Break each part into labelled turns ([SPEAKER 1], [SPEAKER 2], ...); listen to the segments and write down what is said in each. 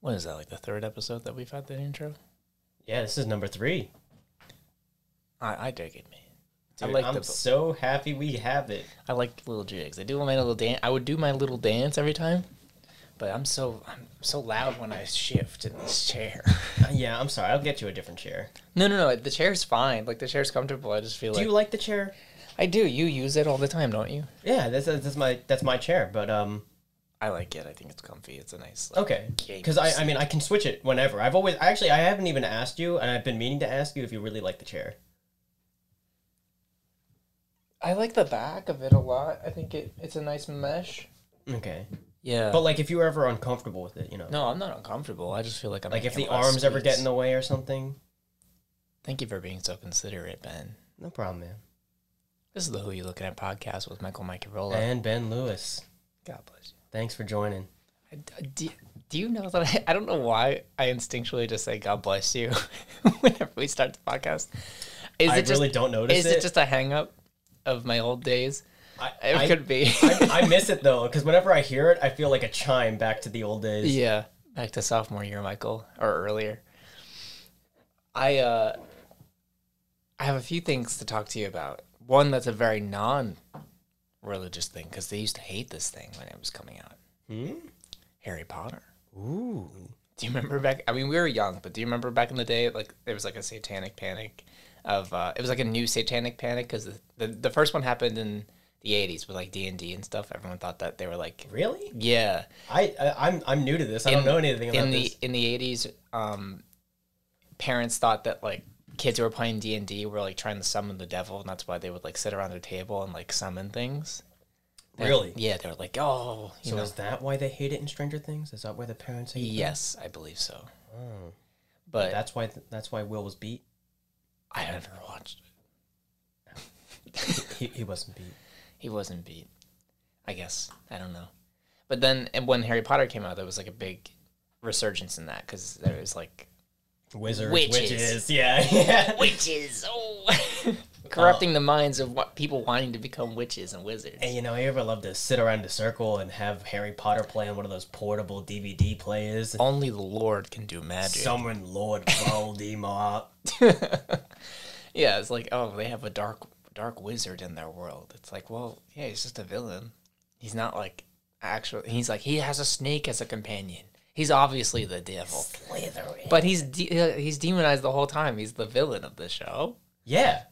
[SPEAKER 1] What is that like the third episode that we've had that intro?
[SPEAKER 2] Yeah, this is number three.
[SPEAKER 1] I, I dig it, man.
[SPEAKER 2] Dude,
[SPEAKER 1] I like
[SPEAKER 2] I'm
[SPEAKER 1] the
[SPEAKER 2] so happy we have it.
[SPEAKER 1] I like the little jigs. I do my little dance. I would do my little dance every time, but I'm so I'm so loud when I shift in this chair.
[SPEAKER 2] Uh, yeah, I'm sorry. I'll get you a different chair.
[SPEAKER 1] no, no, no. The chair's fine. Like the chair's comfortable. I just feel
[SPEAKER 2] Do
[SPEAKER 1] like
[SPEAKER 2] you like the chair?
[SPEAKER 1] I do. You use it all the time, don't you?
[SPEAKER 2] Yeah, that's that's my that's my chair. But um,
[SPEAKER 1] I like it. I think it's comfy. It's a nice. Like,
[SPEAKER 2] okay,
[SPEAKER 1] Games.
[SPEAKER 2] because I I mean I can switch it whenever. I've always actually I haven't even asked you, and I've been meaning to ask you if you really like the chair.
[SPEAKER 1] I like the back of it a lot. I think it it's a nice mesh.
[SPEAKER 2] Okay,
[SPEAKER 1] Yeah.
[SPEAKER 2] but like if you were ever uncomfortable with it, you know,
[SPEAKER 1] no, I'm not uncomfortable. I just feel like I'm
[SPEAKER 2] like if
[SPEAKER 1] making
[SPEAKER 2] the
[SPEAKER 1] a lot of
[SPEAKER 2] arms ever get in
[SPEAKER 1] squeeze.
[SPEAKER 2] the way or something.
[SPEAKER 1] Thank you for being so considerate, Ben.
[SPEAKER 2] No problem, man.
[SPEAKER 1] This is the Who You Looking At podcast with Michael Micarola.
[SPEAKER 2] And Ben Lewis,
[SPEAKER 1] God bless
[SPEAKER 2] thanks for joining.
[SPEAKER 1] you. I- Do, do you know that I, I don't know why I instinctually just say God bless you whenever we start the podcast? Is
[SPEAKER 2] I
[SPEAKER 1] it just
[SPEAKER 2] really don't notice
[SPEAKER 1] is it. just a hang up of my old days?
[SPEAKER 2] I,
[SPEAKER 1] It
[SPEAKER 2] I-
[SPEAKER 1] could be.
[SPEAKER 2] I, I miss it though, because whenever I hear it, I feel like a chime back to the old days.
[SPEAKER 1] yeah, back to sophomore year, Michael, or earlier. I uh, I have a few things to talk to you about. One that's a very non-religious thing because they used to hate this thing when it was coming out.
[SPEAKER 2] Hmm?
[SPEAKER 1] Harry Potter.
[SPEAKER 2] Ooh.
[SPEAKER 1] Do you remember back? I mean, we were young, but do you remember back in the day? Like there was like a satanic panic, of uh, it was like a new satanic panic because the, the the first one happened in the eighties with like D and D and stuff. Everyone thought that they were like,
[SPEAKER 2] Really?
[SPEAKER 1] yeah,
[SPEAKER 2] I, I I'm I'm new to this. I don't know anything about
[SPEAKER 1] in the
[SPEAKER 2] this.
[SPEAKER 1] in the eighties, um, parents thought that like kids who were playing D and D were like trying to summon the devil, and that's why they would like sit around their table and like summon things. They-
[SPEAKER 2] Really?
[SPEAKER 1] Yeah, they were like, oh, you
[SPEAKER 2] So
[SPEAKER 1] know,
[SPEAKER 2] is that why they hate it in Stranger Things? Is that why the parents hate it?
[SPEAKER 1] yes, I believe so.
[SPEAKER 2] Oh.
[SPEAKER 1] But
[SPEAKER 2] That's why th- that's why Will was beat.
[SPEAKER 1] I never watched. it.
[SPEAKER 2] He, he wasn't beat.
[SPEAKER 1] he wasn't beat. I guess I don't know. But then and when Harry Potter came out, there was like a big resurgence in that because there was like
[SPEAKER 2] Wizards,
[SPEAKER 1] Witches.
[SPEAKER 2] witches, yeah, yeah.
[SPEAKER 1] witches, oh, corrupting the minds of what people wanting to become witches and wizards.
[SPEAKER 2] And you know, I ever love to sit around in a circle and have Harry Potter play on one of those portable DVD players.
[SPEAKER 1] Only the Lord can do magic.
[SPEAKER 2] Summon Lord Voldemort.
[SPEAKER 1] yeah, it's like oh, they have a dark dark wizard in their world. It's like well, yeah, he's just a villain. He's not like actually. He's like he has a snake as a companion. He's obviously the devil,
[SPEAKER 2] Slytherin.
[SPEAKER 1] but he's de- uh, he's demonized the whole time. He's the villain of the show.
[SPEAKER 2] Yeah.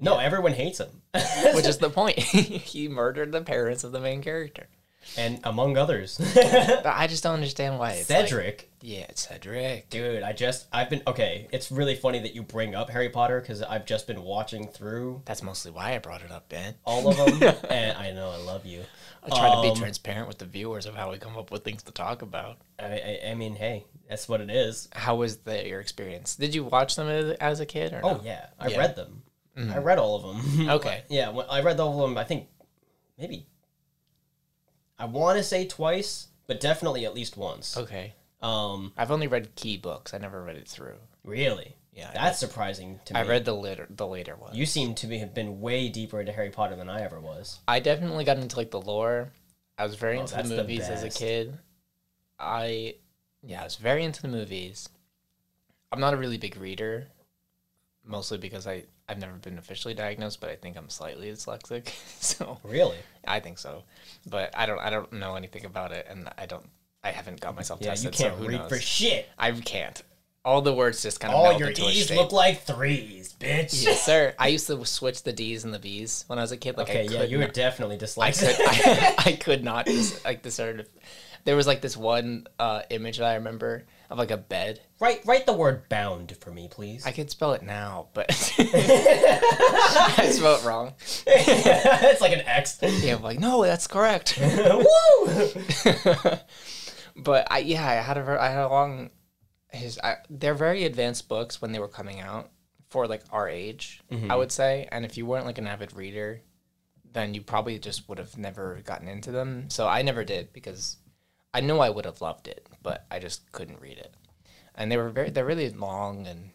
[SPEAKER 2] No, everyone hates him.
[SPEAKER 1] which is the point. he murdered the parents of the main character.
[SPEAKER 2] and among others,
[SPEAKER 1] But I just don't understand why it's Like,
[SPEAKER 2] Cedric.
[SPEAKER 1] yeah, it's Cedric.
[SPEAKER 2] Dude, I just I've been okay. It's really funny that you bring up Harry Potter because I've just been watching through
[SPEAKER 1] That's mostly why I brought it up, Ben.
[SPEAKER 2] all of them, and I know I love you.
[SPEAKER 1] I try to
[SPEAKER 2] Um,
[SPEAKER 1] be transparent with the viewers of how we come up with things to talk about.
[SPEAKER 2] I, I, I mean, hey, that's what it is.
[SPEAKER 1] How was the, your experience? Did you watch them as, as a kid or
[SPEAKER 2] Oh
[SPEAKER 1] no?
[SPEAKER 2] yeah, I
[SPEAKER 1] Yeah. Mm-hmm. Oh.
[SPEAKER 2] read them. I read all of them.
[SPEAKER 1] Okay.
[SPEAKER 2] yeah, when, I read all of them. I think maybe I want to say twice, but definitely at least once.
[SPEAKER 1] Okay.
[SPEAKER 2] Um,
[SPEAKER 1] I've only read key books. I never read it through.
[SPEAKER 2] really,
[SPEAKER 1] Yeah, I
[SPEAKER 2] that's surprising to me.
[SPEAKER 1] I read the later the later one.
[SPEAKER 2] you seem to be, have been way deeper into Harry Potter than I ever was.
[SPEAKER 1] I definitely got into like the lore. I was very into the
[SPEAKER 2] Oh, that's the
[SPEAKER 1] movies as a
[SPEAKER 2] best.
[SPEAKER 1] kid. I yeah, I was very into the movies. I'm not a really big reader, mostly because I I've never been officially diagnosed, but I think I'm slightly dyslexic. So
[SPEAKER 2] Really?
[SPEAKER 1] I think so, but I don't I don't know anything about it, and I don't I haven't got myself
[SPEAKER 2] Yeah, you
[SPEAKER 1] tested.
[SPEAKER 2] can't
[SPEAKER 1] so who
[SPEAKER 2] read
[SPEAKER 1] knows?
[SPEAKER 2] for shit.
[SPEAKER 1] I can't. All the words just kind of
[SPEAKER 2] All
[SPEAKER 1] meld
[SPEAKER 2] your
[SPEAKER 1] into a
[SPEAKER 2] E's
[SPEAKER 1] shape.
[SPEAKER 2] look like threes, bitch.
[SPEAKER 1] yes, sir. I used to switch the D's and the B's when I was a kid. Like I
[SPEAKER 2] Okay, yeah,
[SPEAKER 1] could
[SPEAKER 2] you were definitely dyslexic.
[SPEAKER 1] I, I could not dis- like discern. If, there was like this one uh, image that I remember of like a bed.
[SPEAKER 2] write write the word bound for me, please.
[SPEAKER 1] I could spell it now, but I spelled it wrong.
[SPEAKER 2] it's like an X.
[SPEAKER 1] Yeah, I'm like no, that's correct.
[SPEAKER 2] Woo!
[SPEAKER 1] But I yeah, I had a ver- I had a long. His I, they're very advanced books when they were coming out for like our age,
[SPEAKER 2] Mm-hmm.
[SPEAKER 1] I would say. And if you weren't like an avid reader, then you probably just would have never gotten into them. So I never did because I knew I would have loved it, but I just couldn't read it. And they were very they're really long and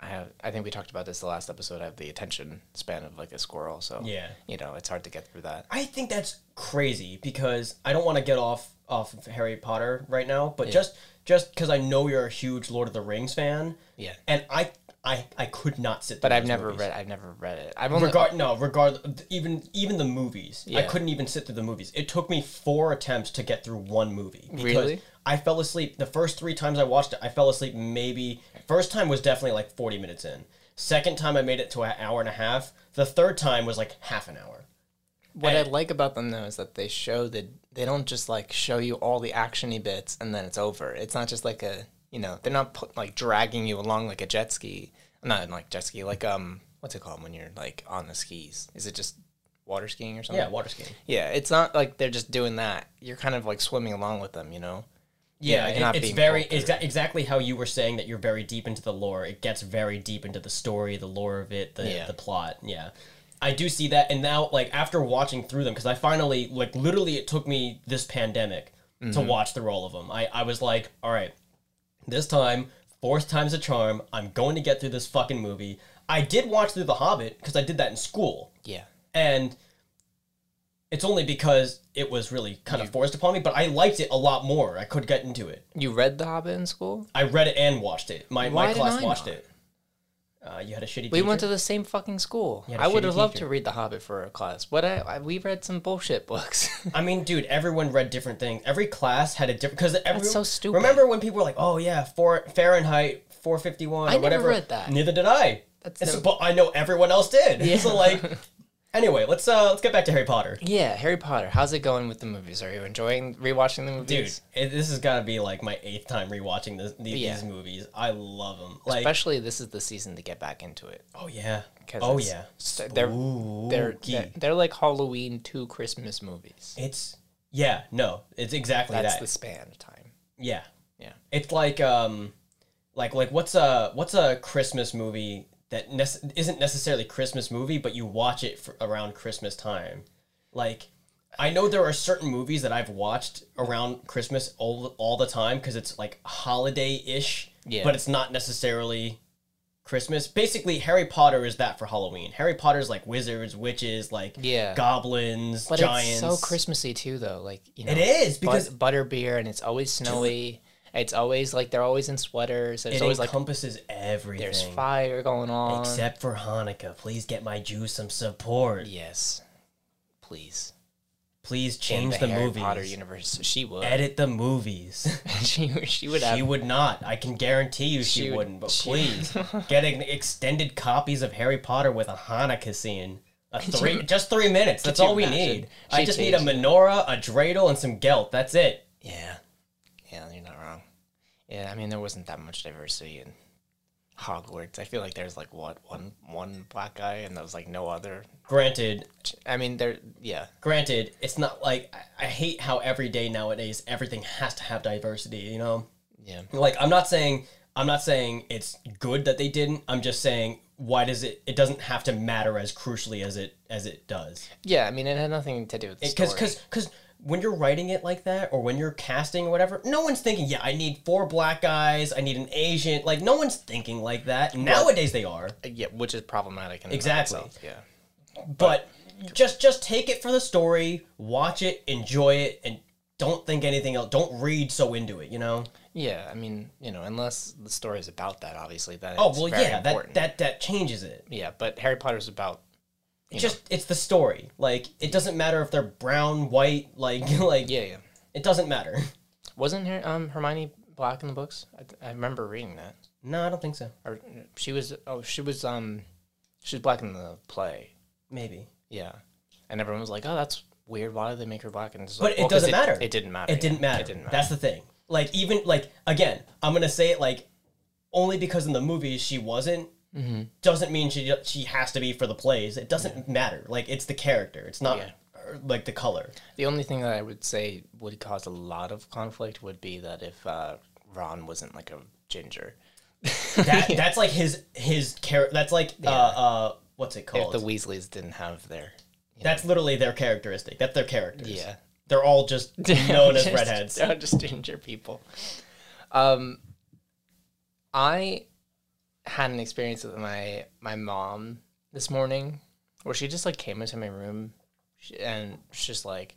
[SPEAKER 1] I have I think we talked about this the last episode. I have the attention span of like a squirrel, so
[SPEAKER 2] Yeah.
[SPEAKER 1] you know, it's hard to get through that.
[SPEAKER 2] I think that's crazy because I don't want to get off off of Harry Potter right now, but just just because I know you're a huge Lord of the Rings fan,
[SPEAKER 1] Yeah.
[SPEAKER 2] and I I I could not sit.
[SPEAKER 1] But
[SPEAKER 2] through
[SPEAKER 1] I've
[SPEAKER 2] those
[SPEAKER 1] never
[SPEAKER 2] movies.
[SPEAKER 1] read. I've never read it. I've only.
[SPEAKER 2] Regard no, regard even even the movies. I
[SPEAKER 1] Yeah.
[SPEAKER 2] couldn't even sit through the movies. It took me four attempts to get through one movie. Because
[SPEAKER 1] Really?
[SPEAKER 2] I fell asleep the first three times I watched it. I fell asleep maybe first time was definitely like forty minutes in. Second time I made it to an hour and a half. The third time was like half an hour.
[SPEAKER 1] What I like about them though is that they show the they don't just like show you all the actiony bits and then it's over. It's not just like a you know they're not put, like dragging you along like a jet ski. Not like jet ski. Like um, what's it called when you're like on the skis? Is it just water skiing or something?
[SPEAKER 2] Yeah, water skiing.
[SPEAKER 1] Yeah, it's not like they're just doing that. You're kind of like swimming along with them, you know.
[SPEAKER 2] Yeah,
[SPEAKER 1] you're
[SPEAKER 2] it-
[SPEAKER 1] not
[SPEAKER 2] it's
[SPEAKER 1] being
[SPEAKER 2] very
[SPEAKER 1] pulled
[SPEAKER 2] exa- exactly how you were saying that you're very deep into the lore. It gets very deep into the story, the lore of it, the
[SPEAKER 1] Yeah.
[SPEAKER 2] the plot. Yeah. I do see that and now like after watching through them cuz I finally like literally it took me this pandemic
[SPEAKER 1] Mm-hmm.
[SPEAKER 2] to watch through all of them. I I was like, all right, this time, fourth time's a charm. I'm going to get through this fucking movie. I did watch through The Hobbit cuz I did that in school
[SPEAKER 1] Yeah.
[SPEAKER 2] and it's only because it was really kind of forced upon me, but I liked it a lot more. I could get into it.
[SPEAKER 1] You read The Hobbit in school?
[SPEAKER 2] I read it and watched it. My,
[SPEAKER 1] Why
[SPEAKER 2] my
[SPEAKER 1] did
[SPEAKER 2] class
[SPEAKER 1] I
[SPEAKER 2] watched
[SPEAKER 1] not?
[SPEAKER 2] it. Uh, you had a shitty.
[SPEAKER 1] We went to the same fucking school.
[SPEAKER 2] had a
[SPEAKER 1] I would
[SPEAKER 2] shitty
[SPEAKER 1] have loved
[SPEAKER 2] teacher.
[SPEAKER 1] to read The Hobbit for a class. What I, I we read some bullshit books.
[SPEAKER 2] I mean, dude, everyone read different things. Every class had a different. Because every.
[SPEAKER 1] so stupid.
[SPEAKER 2] Remember when people were like, "Oh yeah, four, Fahrenheit 451 or
[SPEAKER 1] I never
[SPEAKER 2] whatever."
[SPEAKER 1] read that.
[SPEAKER 2] Neither did I.
[SPEAKER 1] That's
[SPEAKER 2] It's-
[SPEAKER 1] no-
[SPEAKER 2] But I know everyone else did.
[SPEAKER 1] Yeah.
[SPEAKER 2] So like, anyway, let's uh let's get back to Harry Potter.
[SPEAKER 1] Yeah, Harry Potter. How's it going with the movies? Are you enjoying rewatching the
[SPEAKER 2] Dude,
[SPEAKER 1] movies?
[SPEAKER 2] it, this has got to be like my eighth time rewatching this, the,
[SPEAKER 1] Yeah.
[SPEAKER 2] these movies. I love them. Like,
[SPEAKER 1] Especially this is the season to get back into it.
[SPEAKER 2] oh yeah,
[SPEAKER 1] 'Cause
[SPEAKER 2] oh
[SPEAKER 1] it's-
[SPEAKER 2] yeah,
[SPEAKER 1] so they're- They're, they're
[SPEAKER 2] Spooky.
[SPEAKER 1] they're like Halloween to Christmas movies.
[SPEAKER 2] It's yeah, no, it's exactly
[SPEAKER 1] That's
[SPEAKER 2] that.
[SPEAKER 1] the span of time.
[SPEAKER 2] Yeah.
[SPEAKER 1] Yeah.
[SPEAKER 2] It's like um like like what's a what's a Christmas movie that nece- isn't necessarily Christmas movie but you watch it for around Christmas time. Like I know there are certain movies that I've watched around Christmas all all the time cuz it's like holiday-ish
[SPEAKER 1] Yeah.
[SPEAKER 2] but it's not necessarily Christmas. Basically Harry Potter is that for Halloween. Harry Potter's like wizards, witches, like
[SPEAKER 1] Yeah.
[SPEAKER 2] goblins,
[SPEAKER 1] But
[SPEAKER 2] giants.
[SPEAKER 1] it's so Christmassy too, though. Like you know,
[SPEAKER 2] It is
[SPEAKER 1] but,
[SPEAKER 2] because
[SPEAKER 1] butterbeer and it's always snowy. It's always like they're always in sweaters. There's
[SPEAKER 2] it
[SPEAKER 1] always like
[SPEAKER 2] encompasses everything.
[SPEAKER 1] there's fire going on.
[SPEAKER 2] Except for Hanukkah. Please get my Jews some support.
[SPEAKER 1] yes, please
[SPEAKER 2] Please change
[SPEAKER 1] the,
[SPEAKER 2] the,
[SPEAKER 1] Harry
[SPEAKER 2] movies.
[SPEAKER 1] Potter universe. She would.
[SPEAKER 2] Edit the movies.
[SPEAKER 1] she she would have
[SPEAKER 2] she would not. I can guarantee you she,
[SPEAKER 1] She would-
[SPEAKER 2] wouldn't. But
[SPEAKER 1] she-
[SPEAKER 2] please get an extended copies of Harry Potter with a Hanukkah scene. A three, just three minutes. That's
[SPEAKER 1] you
[SPEAKER 2] all we
[SPEAKER 1] imagine?
[SPEAKER 2] need. I
[SPEAKER 1] She
[SPEAKER 2] just need a
[SPEAKER 1] changed
[SPEAKER 2] menorah, a dreidel, and some gelt. That's it.
[SPEAKER 1] Yeah. Yeah, you're not wrong. Yeah, I mean there wasn't that much diversity in Hogwarts. I feel like there's like what one one black guy and there was like no other.
[SPEAKER 2] Granted,
[SPEAKER 1] I mean there yeah.
[SPEAKER 2] granted, it's not like I, I hate how every day nowadays everything has to have diversity. You know.
[SPEAKER 1] Yeah.
[SPEAKER 2] like i'm not saying i'm not saying it's good that they didn't i'm just saying why does it it doesn't have to matter as crucially as it as it does
[SPEAKER 1] Yeah, I mean it had nothing to do with the
[SPEAKER 2] because
[SPEAKER 1] story.
[SPEAKER 2] because because when you're writing it like that or when you're casting or whatever no one's thinking yeah i need four black guys i need an asian like no one's thinking like that nowadays they are
[SPEAKER 1] Uh, yeah, which is problematic in and of
[SPEAKER 2] Exactly.
[SPEAKER 1] itself, Yeah.
[SPEAKER 2] but just just take it for the story watch it enjoy it and don't think anything else don't read so into it you know
[SPEAKER 1] Yeah, I mean, you know, unless the story is about that obviously then
[SPEAKER 2] oh
[SPEAKER 1] it's
[SPEAKER 2] well
[SPEAKER 1] very
[SPEAKER 2] yeah that,
[SPEAKER 1] important.
[SPEAKER 2] that that changes it
[SPEAKER 1] Yeah, but Harry Potter's about you know.
[SPEAKER 2] just it's the story. Like it doesn't matter if they're brown, white, like like
[SPEAKER 1] Yeah, yeah.
[SPEAKER 2] it doesn't matter.
[SPEAKER 1] Wasn't her, um Hermione black in the books? I, th- I remember reading that.
[SPEAKER 2] No, I don't think so.
[SPEAKER 1] Or she was oh she was um she was black in the play.
[SPEAKER 2] Maybe.
[SPEAKER 1] Yeah. And everyone was like, "Oh, that's weird. Why did they make her black?" And it's
[SPEAKER 2] But
[SPEAKER 1] like,
[SPEAKER 2] it
[SPEAKER 1] 'cause
[SPEAKER 2] doesn't matter.
[SPEAKER 1] It didn't matter.
[SPEAKER 2] It didn't
[SPEAKER 1] yeah.
[SPEAKER 2] matter.
[SPEAKER 1] It didn't matter.
[SPEAKER 2] That's the thing. Like even like again, I'm gonna say it like only because in the movies she wasn't
[SPEAKER 1] Mm-hmm.
[SPEAKER 2] doesn't mean she she has to be for the plays. It doesn't matter. Like it's the character. It's not
[SPEAKER 1] Yeah.
[SPEAKER 2] or, like the color.
[SPEAKER 1] the only thing that I would say would cause a lot of conflict would be that if uh, Ron wasn't like a ginger,
[SPEAKER 2] That that's like his his character. That's like uh uh what's it
[SPEAKER 1] if
[SPEAKER 2] called?
[SPEAKER 1] the Weasleys didn't have their
[SPEAKER 2] that's literally their characteristic. That's their characters.
[SPEAKER 1] yeah
[SPEAKER 2] They're all just known as
[SPEAKER 1] Just-
[SPEAKER 2] redheads.
[SPEAKER 1] they're just ginger people. Um, I had an experience with my my mom this morning where she just like came into my room she- and she's just like,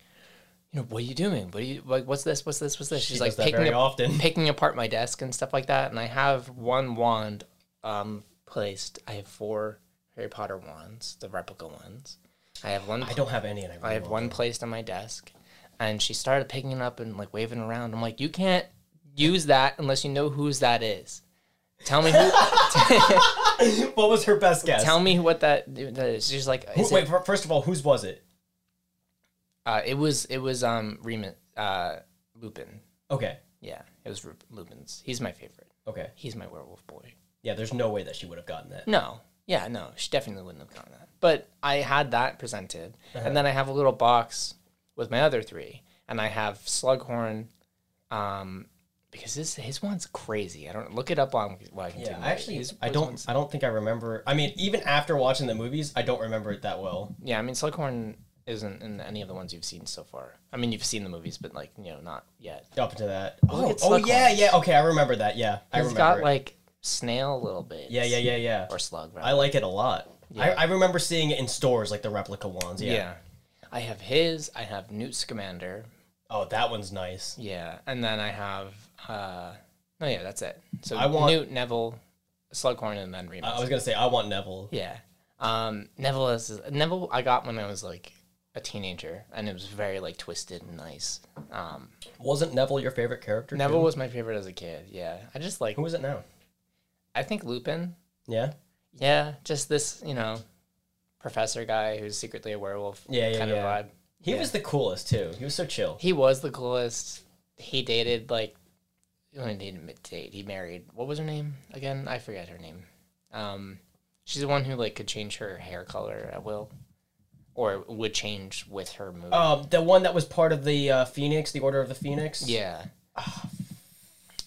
[SPEAKER 1] you know, what are you doing? What are you like? What's this? What's this? What's this? She's
[SPEAKER 2] She
[SPEAKER 1] like
[SPEAKER 2] does that
[SPEAKER 1] picking
[SPEAKER 2] very
[SPEAKER 1] up,
[SPEAKER 2] often.
[SPEAKER 1] picking apart my desk and stuff like that. And I have one wand um placed. I have four Harry Potter wands, the replica ones. I have one.
[SPEAKER 2] I don't have any, and I, really
[SPEAKER 1] I have
[SPEAKER 2] want
[SPEAKER 1] one placed on my desk, and she started picking it up and like waving around. I'm like, you can't use that unless you know whose that is. Tell me who.
[SPEAKER 2] them. What was her best guess?
[SPEAKER 1] tell me what that, that is. She's like,
[SPEAKER 2] Who-
[SPEAKER 1] is
[SPEAKER 2] wait,
[SPEAKER 1] it,
[SPEAKER 2] fir- first of all, whose was it?
[SPEAKER 1] uh, it was it was um Remus uh Lupin.
[SPEAKER 2] Okay,
[SPEAKER 1] Yeah, it was Rup- Lupin's. He's my favorite.
[SPEAKER 2] okay,
[SPEAKER 1] He's my werewolf boy.
[SPEAKER 2] yeah. There's no way that she would have gotten that.
[SPEAKER 1] No. Yeah, no, she definitely wouldn't have gotten that. But I had that presented.
[SPEAKER 2] Uh-huh.
[SPEAKER 1] And then I have a little box with my other three. And I have Slughorn, um, because his his one's crazy. I don't look it up on well, I can
[SPEAKER 2] Yeah,
[SPEAKER 1] do
[SPEAKER 2] I actually,
[SPEAKER 1] his-
[SPEAKER 2] I
[SPEAKER 1] his
[SPEAKER 2] don't,
[SPEAKER 1] one's-
[SPEAKER 2] I don't think I remember. I mean, even after watching the movies, I don't remember it that well.
[SPEAKER 1] Yeah, I mean Slughorn isn't in any of the ones you've seen so far. I mean you've seen the movies, but like, you know, not yet.
[SPEAKER 2] Up to that.
[SPEAKER 1] Look
[SPEAKER 2] Oh,
[SPEAKER 1] at
[SPEAKER 2] oh
[SPEAKER 1] Slughorn.
[SPEAKER 2] yeah, yeah. Okay, I remember that. Yeah, I
[SPEAKER 1] He's
[SPEAKER 2] remember.
[SPEAKER 1] got
[SPEAKER 2] it.
[SPEAKER 1] like snail little bits.
[SPEAKER 2] yeah, yeah, yeah, yeah.
[SPEAKER 1] Or slug, rather.
[SPEAKER 2] I like it a lot. I, I remember seeing it in stores, like the replica ones. Yeah.
[SPEAKER 1] yeah. I have his, I have Newt Scamander,
[SPEAKER 2] Oh, that one's nice.
[SPEAKER 1] Yeah, and then I have uh no, yeah, that's it. So
[SPEAKER 2] I want-
[SPEAKER 1] Newt, Neville, Slughorn, and then Remus.
[SPEAKER 2] I, I was gonna say I want Neville.
[SPEAKER 1] yeah, um, Neville is Neville. I got when I was like a teenager, and it was very like twisted and nice. Um,
[SPEAKER 2] Wasn't Neville your favorite character?
[SPEAKER 1] Neville
[SPEAKER 2] too?
[SPEAKER 1] was my favorite as a kid. Yeah, I just like
[SPEAKER 2] Who is it now?
[SPEAKER 1] I think Lupin.
[SPEAKER 2] Yeah.
[SPEAKER 1] Yeah, just this you know professor guy who's secretly a werewolf.
[SPEAKER 2] Yeah, yeah,
[SPEAKER 1] kind
[SPEAKER 2] yeah.
[SPEAKER 1] of vibe.
[SPEAKER 2] He was the coolest too. He was so chill.
[SPEAKER 1] He was the coolest. He dated like well, he didn't date. He married. What was her name again? I forget her name. Um, she's the one who like could change her hair color at will, or would change with her mood.
[SPEAKER 2] Um, the one that was part of the uh, Phoenix, the Order of the Phoenix.
[SPEAKER 1] Yeah.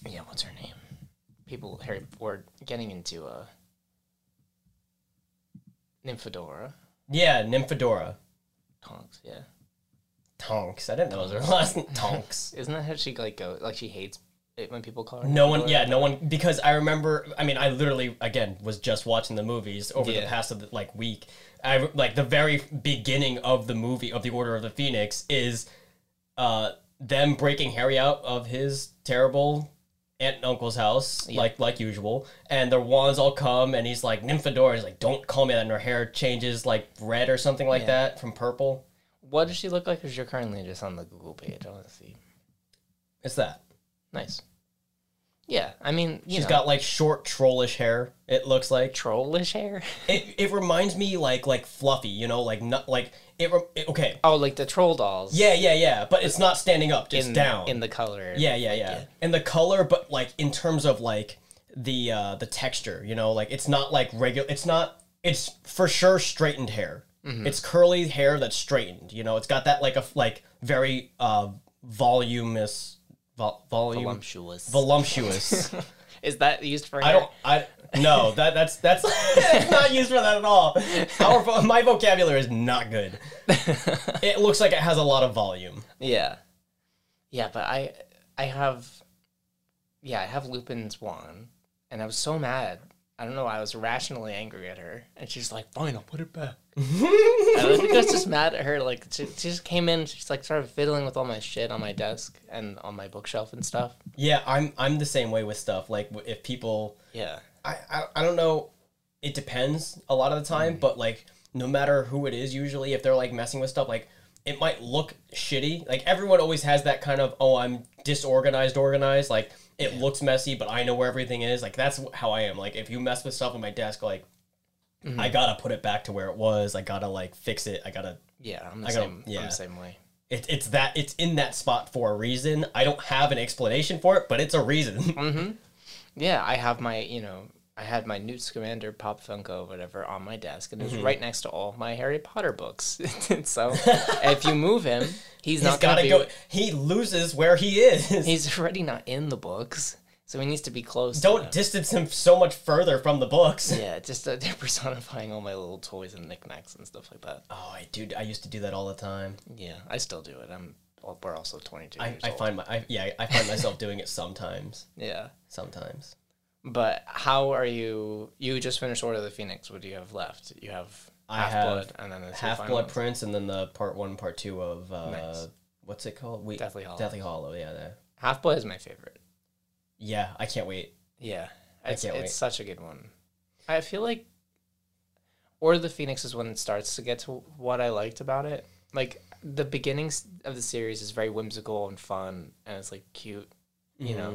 [SPEAKER 1] yeah. What's her name? People Harry we're getting into uh Nymphadora
[SPEAKER 2] Yeah, Nymphadora.
[SPEAKER 1] Tonks. Yeah.
[SPEAKER 2] Tonks. I didn't know it was her last name. Tonks.
[SPEAKER 1] Isn't that how she like goes? Like she hates it when people call her.
[SPEAKER 2] No one,
[SPEAKER 1] Nymphadora?
[SPEAKER 2] yeah, no one, because I remember. I mean, I literally, again, was just watching the movies over the
[SPEAKER 1] Yeah.
[SPEAKER 2] past of the, like week. I re- like the very beginning of the movie of the Order of the Phoenix is, uh, them breaking Harry out of his terrible aunt and uncle's house, like like usual, and their wands all come, and he's like Nymphadora, he's like, don't call me that, and her hair changes like red or something like that from purple.
[SPEAKER 1] What does she look like? Because you're currently just on the Google page. I want to see.
[SPEAKER 2] It's that.
[SPEAKER 1] Nice. Yeah, I mean, you
[SPEAKER 2] She's
[SPEAKER 1] know,
[SPEAKER 2] got like short trollish hair. It looks like.
[SPEAKER 1] trollish hair.
[SPEAKER 2] It, it reminds me like like fluffy, you know, like not like it, re- it- Okay,
[SPEAKER 1] oh, like the troll dolls.
[SPEAKER 2] yeah, yeah, yeah, but it's not standing up, just
[SPEAKER 1] in,
[SPEAKER 2] down.
[SPEAKER 1] in the color.
[SPEAKER 2] yeah, yeah, yeah, and the color, but like in terms of like the uh the texture, you know, like it's not like regular. It's not. It's for sure straightened hair.
[SPEAKER 1] Mm-hmm.
[SPEAKER 2] It's curly hair that's straightened. You know, it's got that like a f- like very uh voluminous vol- volume
[SPEAKER 1] voluptuous.
[SPEAKER 2] voluptuous.
[SPEAKER 1] Is that used for?
[SPEAKER 2] I
[SPEAKER 1] hair?
[SPEAKER 2] don't. I no. That that's that's it's not used for that at all. Our vo- my vocabulary is not good. It looks like it has a lot of volume.
[SPEAKER 1] Yeah, yeah, but I, I have, yeah, I have Lupin's wand, and I was so mad. I don't know. I was rationally angry at her, and she's like, "Fine, I'll put it back." I was just- just mad at her. Like she, she just came in, she's like started fiddling with all my shit on my desk and on my bookshelf and stuff.
[SPEAKER 2] Yeah, I'm I'm the same way with stuff. Like w- if people,
[SPEAKER 1] Yeah,
[SPEAKER 2] I I, I don't know. It depends a lot of the
[SPEAKER 1] Mm-hmm.
[SPEAKER 2] time, but like no matter who it is, usually if they're like messing with stuff, like it might look shitty. Like everyone always has that kind of oh I'm disorganized, organized. Like it looks messy, but I know where everything is. Like that's how I am. Like if you mess with stuff on my desk, like
[SPEAKER 1] Mm-hmm.
[SPEAKER 2] I gotta put it back to where it was. I gotta like fix it. I gotta.
[SPEAKER 1] yeah, I'm the
[SPEAKER 2] gotta-
[SPEAKER 1] same. I'm
[SPEAKER 2] yeah.
[SPEAKER 1] the same way.
[SPEAKER 2] It, it's that. It's in that spot for a reason. I don't have an explanation for it, but it's a reason.
[SPEAKER 1] Yeah, I have my, you know, I had my Newt Scamander Pop Funko, whatever, on my desk, and it
[SPEAKER 2] Mm-hmm.
[SPEAKER 1] was right next to all of my Harry Potter books. and so if you move him, he's,
[SPEAKER 2] He's
[SPEAKER 1] not going to
[SPEAKER 2] gotta
[SPEAKER 1] be.
[SPEAKER 2] go. He loses where he is.
[SPEAKER 1] He's already not in the books, so he needs to be close. to
[SPEAKER 2] don't
[SPEAKER 1] them.
[SPEAKER 2] distance him so much further from the books.
[SPEAKER 1] yeah, just uh, they're personifying all my little toys and knickknacks and stuff like that.
[SPEAKER 2] Oh, I do. I used to do that all the time.
[SPEAKER 1] Yeah, I still do it. I'm. well, We're also 22
[SPEAKER 2] I,
[SPEAKER 1] years
[SPEAKER 2] I
[SPEAKER 1] old.
[SPEAKER 2] find my. I, yeah, I find myself doing it sometimes.
[SPEAKER 1] yeah.
[SPEAKER 2] Sometimes.
[SPEAKER 1] But how are you? You just finished Order of the Phoenix. What do you have left? You have
[SPEAKER 2] I
[SPEAKER 1] Half Blood
[SPEAKER 2] have
[SPEAKER 1] and then the two
[SPEAKER 2] Half
[SPEAKER 1] final
[SPEAKER 2] Blood Prince, and then the part one, part two of uh, what's it called? Wait,
[SPEAKER 1] Deathly Hollow.
[SPEAKER 2] Deathly Hollow. Yeah, that.
[SPEAKER 1] Half Blood is my favorite.
[SPEAKER 2] Yeah, I can't wait.
[SPEAKER 1] Yeah, it's
[SPEAKER 2] can't
[SPEAKER 1] it's
[SPEAKER 2] wait.
[SPEAKER 1] such a good one. I feel like Order of the Phoenix is when it starts to get to what I liked about it. Like the beginnings of the series is very whimsical and fun, and it's like cute. You know,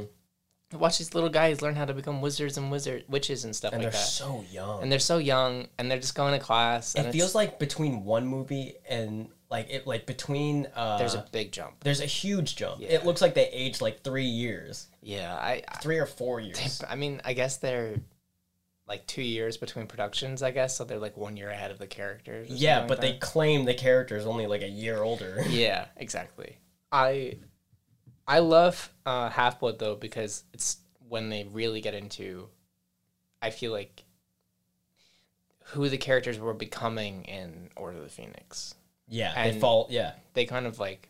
[SPEAKER 2] Mm-hmm.
[SPEAKER 1] watch these little guys learn how to become wizards and wizard witches and stuff
[SPEAKER 2] And
[SPEAKER 1] like
[SPEAKER 2] they're
[SPEAKER 1] that.
[SPEAKER 2] so young.
[SPEAKER 1] and they're so young, and they're just going to class. And
[SPEAKER 2] it
[SPEAKER 1] it's,
[SPEAKER 2] feels like between one movie and like it like between uh
[SPEAKER 1] there's a big jump.
[SPEAKER 2] there's a huge jump.
[SPEAKER 1] Yeah.
[SPEAKER 2] It looks like they aged like three years,
[SPEAKER 1] Yeah, I
[SPEAKER 2] three or four years.
[SPEAKER 1] I mean, I guess they're like two years between productions, I guess, so they're like one year ahead of the characters. or
[SPEAKER 2] yeah,
[SPEAKER 1] something
[SPEAKER 2] but
[SPEAKER 1] like
[SPEAKER 2] they claim the character is only like a year older.
[SPEAKER 1] that. Yeah, exactly. I I love uh, Half Blood though because it's when they really get into. I feel like who the characters were becoming in Order of the Phoenix.
[SPEAKER 2] Yeah, they
[SPEAKER 1] And-
[SPEAKER 2] fall. Yeah,
[SPEAKER 1] They kind of like,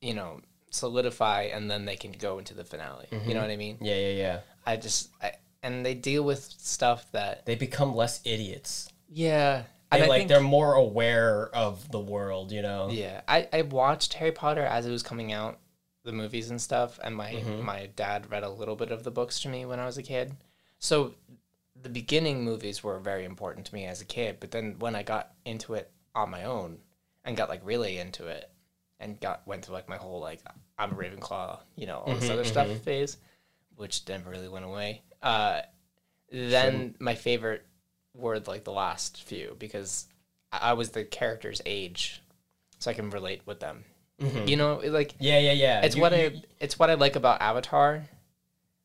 [SPEAKER 1] you know, solidify, and then they can go into the finale. You know what I mean?
[SPEAKER 2] yeah, yeah, yeah.
[SPEAKER 1] I just I, and they deal with stuff that
[SPEAKER 2] They become less idiots.
[SPEAKER 1] Yeah.
[SPEAKER 2] They,
[SPEAKER 1] And I
[SPEAKER 2] like
[SPEAKER 1] think,
[SPEAKER 2] they're more aware of the world. You know.
[SPEAKER 1] yeah, I, I watched Harry Potter as it was coming out, the movies and stuff, and my my dad read a little bit of the books to me when I was a kid. So the beginning movies were very important to me as a kid, but then when I got into it on my own and got like really into it and got went through like my whole like I'm a Ravenclaw, you know, all this other stuff phase, which never really went away. Uh then my favorite were like the last few because I I was the character's age, so I can relate with them. You know, it, like
[SPEAKER 2] Mm-hmm. Yeah, yeah, yeah.
[SPEAKER 1] it's
[SPEAKER 2] Mm. You-
[SPEAKER 1] what
[SPEAKER 2] you-
[SPEAKER 1] I it's what I like about Avatar,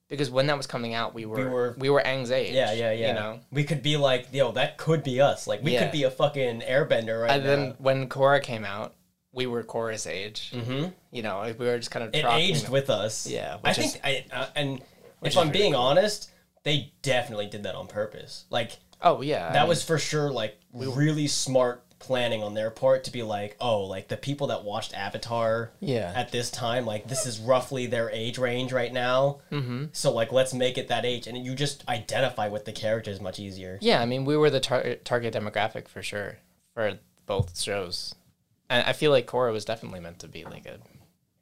[SPEAKER 1] because when that was coming out, we were we
[SPEAKER 2] were-
[SPEAKER 1] were, Aang's age.
[SPEAKER 2] Yeah, yeah, yeah.
[SPEAKER 1] You know,
[SPEAKER 2] we could be like, yo, that could be us. Like, we
[SPEAKER 1] Yeah.
[SPEAKER 2] could be a fucking airbender right
[SPEAKER 1] and
[SPEAKER 2] now.
[SPEAKER 1] then when Korra came out, we were Korra's age.
[SPEAKER 2] mm-hmm.
[SPEAKER 1] You know, like, we were just kind of
[SPEAKER 2] it
[SPEAKER 1] trotting-
[SPEAKER 2] aged with us.
[SPEAKER 1] Yeah,
[SPEAKER 2] I
[SPEAKER 1] which
[SPEAKER 2] think
[SPEAKER 1] is-
[SPEAKER 2] I uh, and if I'm being honest, they definitely did that on purpose. Like
[SPEAKER 1] Oh yeah,
[SPEAKER 2] that was for sure like really smart planning on their part to be like, oh, like the people that watched Avatar
[SPEAKER 1] Yeah.
[SPEAKER 2] at this time, like this is roughly their age range right now. Mm-hmm. So like let's make it that age, and you just identify with the characters much easier.
[SPEAKER 1] yeah. I mean, we were the tar- target demographic for sure for both shows, and I feel like Korra was definitely meant to be like a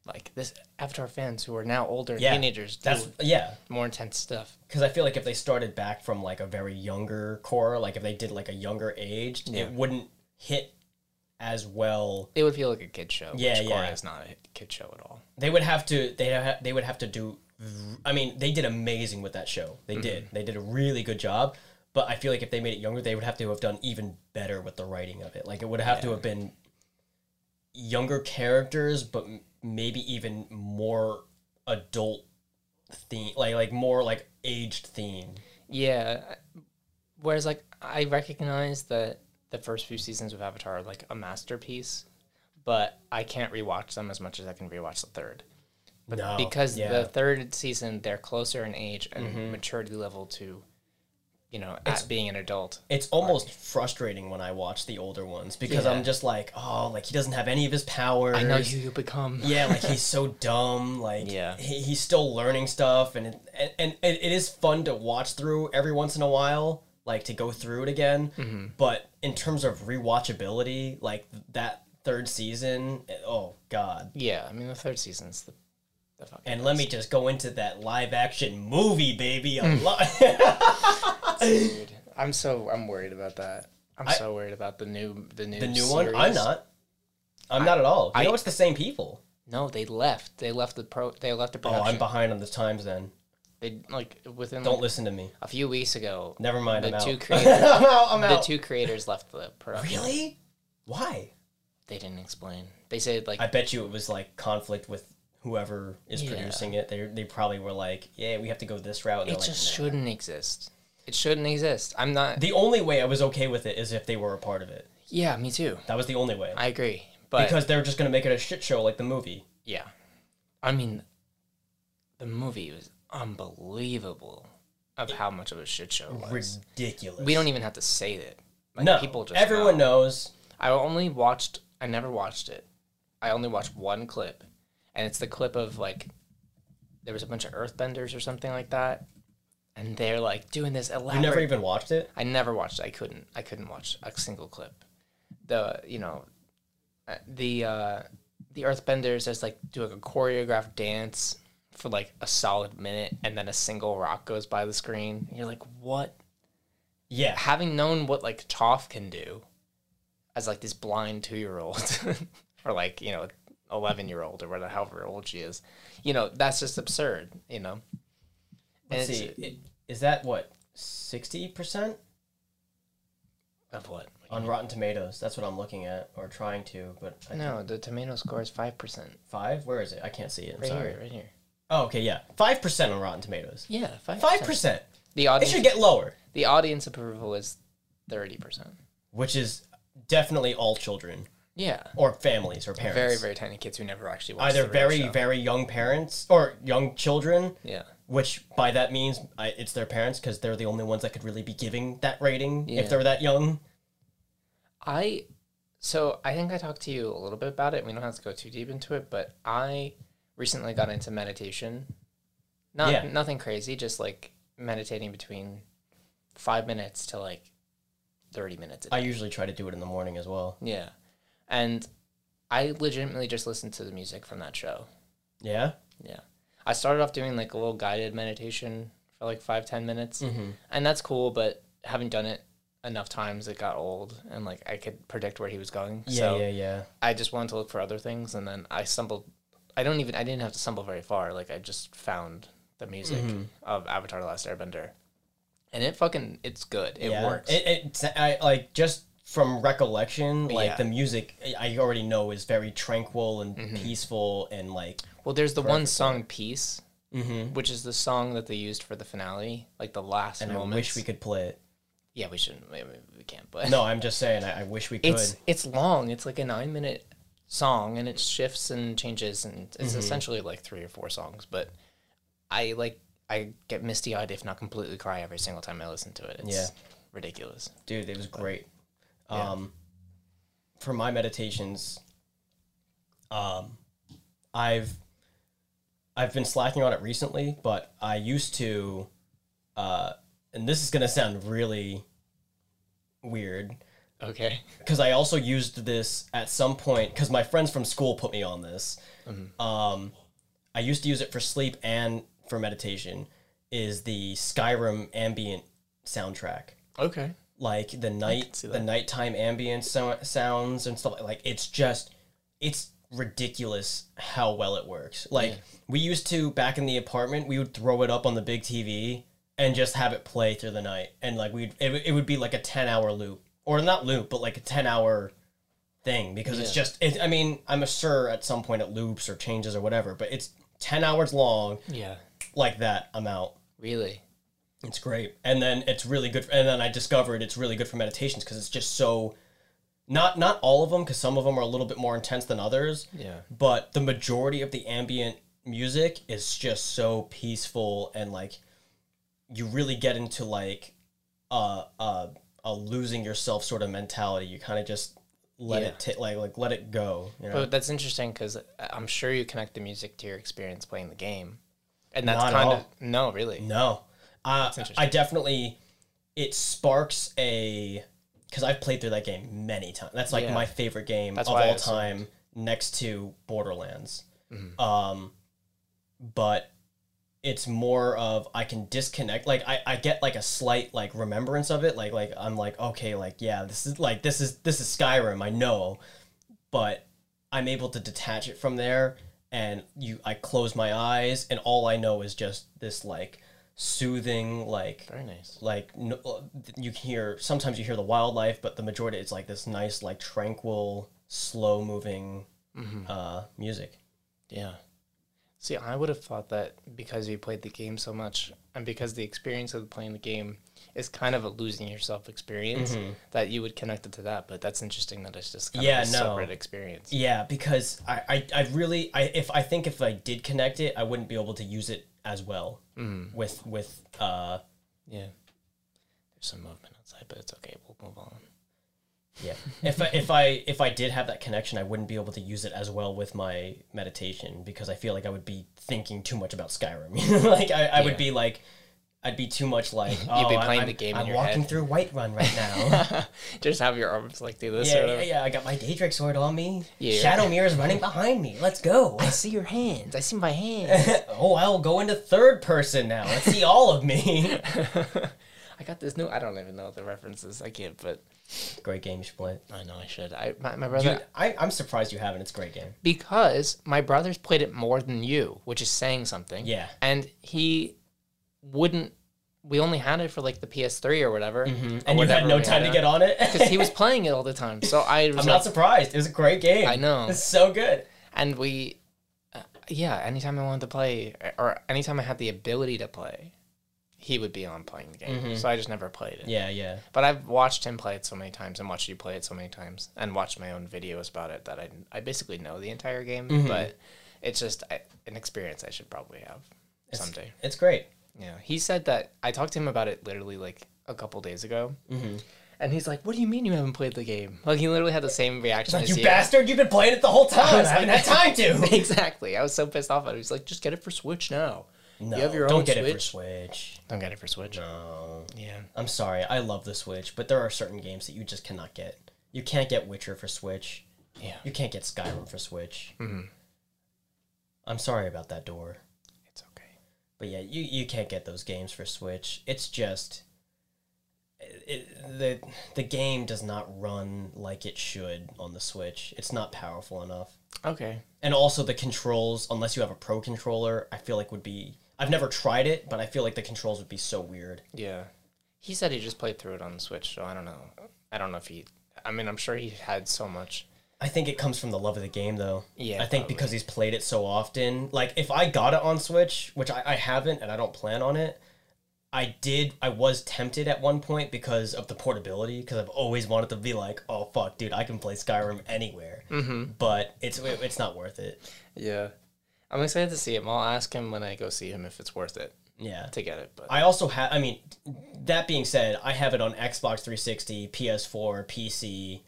[SPEAKER 1] like this Avatar fans who are now older
[SPEAKER 2] Yeah,
[SPEAKER 1] teenagers. do
[SPEAKER 2] That's yeah.
[SPEAKER 1] more intense stuff.
[SPEAKER 2] because I feel like if they started back from like a very younger core, like if they did like a younger age,
[SPEAKER 1] Yeah.
[SPEAKER 2] it wouldn't hit as well.
[SPEAKER 1] It would feel like a kid show.
[SPEAKER 2] Yeah,
[SPEAKER 1] which
[SPEAKER 2] yeah.
[SPEAKER 1] Korra is not a kid show at all.
[SPEAKER 2] They would have to. They ha- they would have to do. I mean, they did amazing with that show. They did. They did a really good job. But I feel like if they made it younger, they would have to have done even better with the writing of it. Like it would have to have been younger characters, but m- maybe even more adult theme, like like more like aged theme.
[SPEAKER 1] Yeah. Whereas, like, I recognize that the first few seasons of Avatar are like a masterpiece, but I can't rewatch them as much as I can rewatch the third.
[SPEAKER 2] But
[SPEAKER 1] because the third season, they're closer in age and
[SPEAKER 2] Mm-hmm.
[SPEAKER 1] maturity level to, you know, as being an adult.
[SPEAKER 2] it's almost frustrating when I watch the older ones because
[SPEAKER 1] Yeah.
[SPEAKER 2] I'm just like, oh, like he doesn't have any of his powers.
[SPEAKER 1] I know who you become.
[SPEAKER 2] yeah, like he's so dumb. Like
[SPEAKER 1] Yeah.
[SPEAKER 2] he, he's still learning stuff, and it, and, and it, it is fun to watch through every once in a while, like to go through it again.
[SPEAKER 1] Mm-hmm.
[SPEAKER 2] But in terms of rewatchability, like that third season, eh, oh god.
[SPEAKER 1] Yeah, I mean, the third season's the, the fucking.
[SPEAKER 2] And let me just go into that live action movie, baby. I
[SPEAKER 1] Hmm.
[SPEAKER 2] lo-
[SPEAKER 1] Dude, I'm so I'm worried about that. I'm so worried about the new the new
[SPEAKER 2] the new one. I'm
[SPEAKER 1] series.
[SPEAKER 2] not. I'm not at all. You
[SPEAKER 1] I-
[SPEAKER 2] know, it's the same people.
[SPEAKER 1] No, they left. They left the pro. They left the
[SPEAKER 2] Oh, I'm
[SPEAKER 1] production.
[SPEAKER 2] behind on the times then.
[SPEAKER 1] they like within
[SPEAKER 2] Don't
[SPEAKER 1] like,
[SPEAKER 2] listen to me.
[SPEAKER 1] a few weeks ago.
[SPEAKER 2] Never mind.
[SPEAKER 1] the
[SPEAKER 2] I'm
[SPEAKER 1] two
[SPEAKER 2] out.
[SPEAKER 1] creators.
[SPEAKER 2] I'm out. I'm
[SPEAKER 1] the
[SPEAKER 2] out.
[SPEAKER 1] two creators left the production.
[SPEAKER 2] really? Why?
[SPEAKER 1] They didn't explain. They said like
[SPEAKER 2] I bet you it was like conflict with whoever is
[SPEAKER 1] Yeah.
[SPEAKER 2] producing it. They they probably were like, yeah, we have to go this route. And they're
[SPEAKER 1] it
[SPEAKER 2] like,
[SPEAKER 1] just
[SPEAKER 2] "Nah."
[SPEAKER 1] shouldn't exist. It shouldn't exist. I'm not.
[SPEAKER 2] The only way I was okay with it is if they were a part of it.
[SPEAKER 1] Yeah, me too.
[SPEAKER 2] That was the only way.
[SPEAKER 1] I agree. But
[SPEAKER 2] because they're just gonna make it a shit show like the movie.
[SPEAKER 1] yeah, I mean, the movie was unbelievable of how much of a shit show it was.
[SPEAKER 2] Ridiculous.
[SPEAKER 1] we don't even have to say it. Like,
[SPEAKER 2] no.
[SPEAKER 1] people just
[SPEAKER 2] everyone
[SPEAKER 1] know.
[SPEAKER 2] knows.
[SPEAKER 1] I only watched. I never watched it. I only watched one clip, and it's the clip of like there was a bunch of Earthbenders or something like that, and they're like doing this elaborate.
[SPEAKER 2] You never even watched it.
[SPEAKER 1] I never watched. it. I couldn't. I couldn't watch a single clip. The you know, uh, the uh, the Earthbenders as like do like a choreographed dance for like a solid minute, and then a single rock goes by the screen. And you're like, what?
[SPEAKER 2] Yeah.
[SPEAKER 1] Having known what like Toph can do, as like this blind two year old, or like you know eleven year old or whatever however old she is, you know that's just absurd. You know.
[SPEAKER 2] Let's
[SPEAKER 1] And
[SPEAKER 2] see.
[SPEAKER 1] it's-
[SPEAKER 2] i- Is that what sixty percent
[SPEAKER 1] Of what?
[SPEAKER 2] on Rotten Tomatoes? That's what I'm looking at or trying to, but I
[SPEAKER 1] No, the tomato score is five percent.
[SPEAKER 2] five. Where is it? I can't see it. I'm
[SPEAKER 1] Right
[SPEAKER 2] sorry.
[SPEAKER 1] here, right here.
[SPEAKER 2] Oh, okay, yeah, five percent on Rotten Tomatoes.
[SPEAKER 1] Yeah, five.
[SPEAKER 2] Five percent.
[SPEAKER 1] The
[SPEAKER 2] It
[SPEAKER 1] audience,
[SPEAKER 2] should get lower,
[SPEAKER 1] the audience approval is thirty percent.
[SPEAKER 2] which is definitely all children
[SPEAKER 1] Yeah,
[SPEAKER 2] or families or parents.
[SPEAKER 1] very very tiny kids who never actually watched.
[SPEAKER 2] Either
[SPEAKER 1] the real
[SPEAKER 2] very
[SPEAKER 1] show.
[SPEAKER 2] very young parents or young children,
[SPEAKER 1] yeah,
[SPEAKER 2] which by that means I, it's their parents because they're the only ones that could really be giving that rating
[SPEAKER 1] Yeah.
[SPEAKER 2] if they're that young.
[SPEAKER 1] I. So I think I talked to you a little bit about it. We don't have to go too deep into it, but I recently got into meditation. Not
[SPEAKER 2] Yeah.
[SPEAKER 1] nothing crazy, just like meditating between five minutes to like thirty minutes. a
[SPEAKER 2] I usually try to do it in the morning as well.
[SPEAKER 1] Yeah. And I legitimately just listened to the music from that show.
[SPEAKER 2] Yeah.
[SPEAKER 1] Yeah. I started off doing like a little guided meditation for like five, ten minutes.
[SPEAKER 2] Mm-hmm.
[SPEAKER 1] And that's cool, but having done it enough times, it got old and like I could predict where he was going.
[SPEAKER 2] Yeah,
[SPEAKER 1] so
[SPEAKER 2] yeah, yeah.
[SPEAKER 1] I just wanted to look for other things. And then I stumbled. I don't even, I didn't have to stumble very far. Like I just found the music
[SPEAKER 2] Mm-hmm.
[SPEAKER 1] of Avatar The Last Airbender. And it fucking, it's good. It
[SPEAKER 2] yeah.
[SPEAKER 1] works.
[SPEAKER 2] It, it's I, like just from recollection, like
[SPEAKER 1] Yeah. Mm-hmm.
[SPEAKER 2] the music I- I already know is very tranquil and peaceful and like
[SPEAKER 1] Well, there's the one song piece, which is the song that they used for the finale, like the last
[SPEAKER 2] Mm-hmm. and
[SPEAKER 1] moment.
[SPEAKER 2] I wish we could play it.
[SPEAKER 1] Yeah, we shouldn't. We, we- we can't. But
[SPEAKER 2] No, I'm just saying I, I wish we could.
[SPEAKER 1] it's it's long. It's like a nine minute song, and it shifts and changes, and it's
[SPEAKER 2] Mm-hmm.
[SPEAKER 1] essentially like three or four songs. But I like I get misty eyed, if not completely cry, every single time I listen to it. It's
[SPEAKER 2] Yeah.
[SPEAKER 1] ridiculous.
[SPEAKER 2] Dude, it was great. Um for my meditations um I've I've been slacking on it recently, but I used to uh and this is going to sound really weird
[SPEAKER 1] Okay.
[SPEAKER 2] because I also used this at some point because my friends from school put me on this. Um, I used to use it for sleep and for meditation. Is the Skyrim ambient soundtrack
[SPEAKER 1] Okay.
[SPEAKER 2] like the night
[SPEAKER 1] see
[SPEAKER 2] the
[SPEAKER 1] that.
[SPEAKER 2] nighttime ambient so- sounds and stuff like, like it's just it's ridiculous how well it works. Like we used to back in the apartment, we would throw it up on the big TV and just have it play through the night, and like we'd it, would- it would be like a ten hour loop or not loop, but like a ten hour thing because it's just it, I mean I'm sure at some point it loops or changes or whatever, but it's ten hours long
[SPEAKER 1] Yeah.
[SPEAKER 2] like that. I'm out.
[SPEAKER 1] Really.
[SPEAKER 2] It's great. And then it's really good. For, and then I discovered it's really good for meditations because it's just so not not all of them because some of them are a little bit more intense than others.
[SPEAKER 1] Yeah.
[SPEAKER 2] But the majority of the ambient music is just so peaceful and like you really get into like a a, a losing yourself sort of mentality. You kind of just let it ta- like like let it go. You know?
[SPEAKER 1] But that's interesting because I'm sure you connect the music to your experience playing the game, and that's
[SPEAKER 2] Not at
[SPEAKER 1] kind
[SPEAKER 2] all.
[SPEAKER 1] of no, really.
[SPEAKER 2] No, uh,
[SPEAKER 1] interesting.
[SPEAKER 2] I definitely it sparks a because I've played through that game many times. That's like
[SPEAKER 1] Yeah.
[SPEAKER 2] my favorite game
[SPEAKER 1] That's
[SPEAKER 2] of
[SPEAKER 1] why I
[SPEAKER 2] all
[SPEAKER 1] assumed. Mm-hmm.
[SPEAKER 2] time, next to Borderlands. Um, but it's more of I can disconnect. Like I, I get like a slight like remembrance of it. Like like I'm like okay like yeah this is like this is this is Skyrim. I know, but I'm able to detach it from there and you I close my eyes and all I know is just this like soothing like
[SPEAKER 1] Very nice.
[SPEAKER 2] like no, you can hear sometimes you hear the wildlife but the majority it's like this nice like tranquil slow moving
[SPEAKER 1] Mm-hmm.
[SPEAKER 2] uh music
[SPEAKER 1] Yeah. See, I would have thought that because you played the game so much and because the experience of playing the game is kind of a losing yourself experience, that you would connect it to that. But that's interesting that it's just kind
[SPEAKER 2] Yeah,
[SPEAKER 1] of a
[SPEAKER 2] no.
[SPEAKER 1] separate experience.
[SPEAKER 2] yeah because I, I i really i if i think if i did connect it i wouldn't be able to use it as well
[SPEAKER 1] Mm.
[SPEAKER 2] with with uh
[SPEAKER 1] Yeah. There's some movement outside, but it's okay. We'll move on.
[SPEAKER 2] yeah if I, if i if i did have that connection i wouldn't be able to use it as well with my meditation because i feel like i would be thinking too much about skyrim like i, I would
[SPEAKER 1] Yeah.
[SPEAKER 2] be like I'd be too much like oh,
[SPEAKER 1] be
[SPEAKER 2] I'm-
[SPEAKER 1] playing
[SPEAKER 2] I'm,
[SPEAKER 1] the game in
[SPEAKER 2] I'm
[SPEAKER 1] your
[SPEAKER 2] walking
[SPEAKER 1] head.
[SPEAKER 2] through Whiterun right now.
[SPEAKER 1] Just have your arms like do this.
[SPEAKER 2] yeah,
[SPEAKER 1] or
[SPEAKER 2] yeah, yeah. I got my Daedric sword on me.
[SPEAKER 1] Yeah.
[SPEAKER 2] Shadowmere is running behind me. Let's go.
[SPEAKER 1] I see your hands. I see my hands.
[SPEAKER 2] oh, I'll go into third person now. Let's see all of me.
[SPEAKER 1] I got this new. I don't even know what the reference is. I can't. But
[SPEAKER 2] great game, Split.
[SPEAKER 1] I know I should. I my, my brother
[SPEAKER 2] I, I'm surprised you haven't. It's a great game.
[SPEAKER 1] because my brother's played it more than you, which is saying something.
[SPEAKER 2] Yeah.
[SPEAKER 1] And he wouldn't. We only had it for like the PS3 or whatever,
[SPEAKER 2] Mm-hmm. And you had no time to get on it.
[SPEAKER 1] because he was playing it all the time. So I was
[SPEAKER 2] I'm
[SPEAKER 1] like,
[SPEAKER 2] not surprised. It was a great game.
[SPEAKER 1] I know.
[SPEAKER 2] It's so good.
[SPEAKER 1] and we, uh, yeah. Anytime I wanted to play, or anytime I had the ability to play, he would be on playing the game.
[SPEAKER 2] Mm-hmm.
[SPEAKER 1] So I just never played it.
[SPEAKER 2] Yeah, yeah.
[SPEAKER 1] But I've watched him play it so many times and watched you play it so many times and watched my own videos about it that I, I basically know the entire game,
[SPEAKER 2] Mm-hmm.
[SPEAKER 1] but it's just I, an experience I should probably have someday.
[SPEAKER 2] It's great.
[SPEAKER 1] Yeah. He said that I talked to him about it literally like a couple days ago.
[SPEAKER 2] Mm-hmm.
[SPEAKER 1] And he's like, What do you mean you haven't played the game? Like, he literally had the same reaction as
[SPEAKER 2] You
[SPEAKER 1] you.
[SPEAKER 2] bastard! You've been playing it the whole time. I, haven't had time to.
[SPEAKER 1] exactly. I was so pissed off at him. He's like, Just get it for Switch now.
[SPEAKER 2] No,
[SPEAKER 1] you have your
[SPEAKER 2] don't
[SPEAKER 1] own
[SPEAKER 2] get
[SPEAKER 1] Switch.
[SPEAKER 2] it for Switch.
[SPEAKER 1] Don't get it for Switch.
[SPEAKER 2] No.
[SPEAKER 1] Yeah.
[SPEAKER 2] I'm sorry. I love the Switch, but there are certain games that you just cannot get. You can't get Witcher for Switch.
[SPEAKER 1] Yeah. Mm-hmm.
[SPEAKER 2] You can't get Skyrim for Switch. I'm sorry about that door.
[SPEAKER 1] It's okay.
[SPEAKER 2] But yeah, you, you can't get those games for Switch. It's just it, the the game does not run like it should on the Switch. It's not powerful enough.
[SPEAKER 1] Okay.
[SPEAKER 2] And also the controls, unless you have a pro controller, I feel like would be I've never tried it, but I feel like the controls would be so weird.
[SPEAKER 1] Yeah. He said he just played through it on the Switch, so I don't know. I don't know if he I mean, I'm sure he had so much.
[SPEAKER 2] I think it comes from the love of the game, though.
[SPEAKER 1] Yeah,
[SPEAKER 2] I think
[SPEAKER 1] probably.
[SPEAKER 2] because he's played it so often. Like, if I got it on Switch, which I, I haven't and I don't plan on it, I did. I was tempted at one point because of the portability, because I've always wanted to be like, oh, fuck, dude, I can play Skyrim anywhere. Mm-hmm. But it's it, it's not worth it.
[SPEAKER 1] Yeah. I'm excited to see him. I'll ask him when I go see him if it's worth it
[SPEAKER 2] Yeah.
[SPEAKER 1] to get it, but
[SPEAKER 2] I also have, I mean, that being said, I have it on Xbox 360, PS4, PC.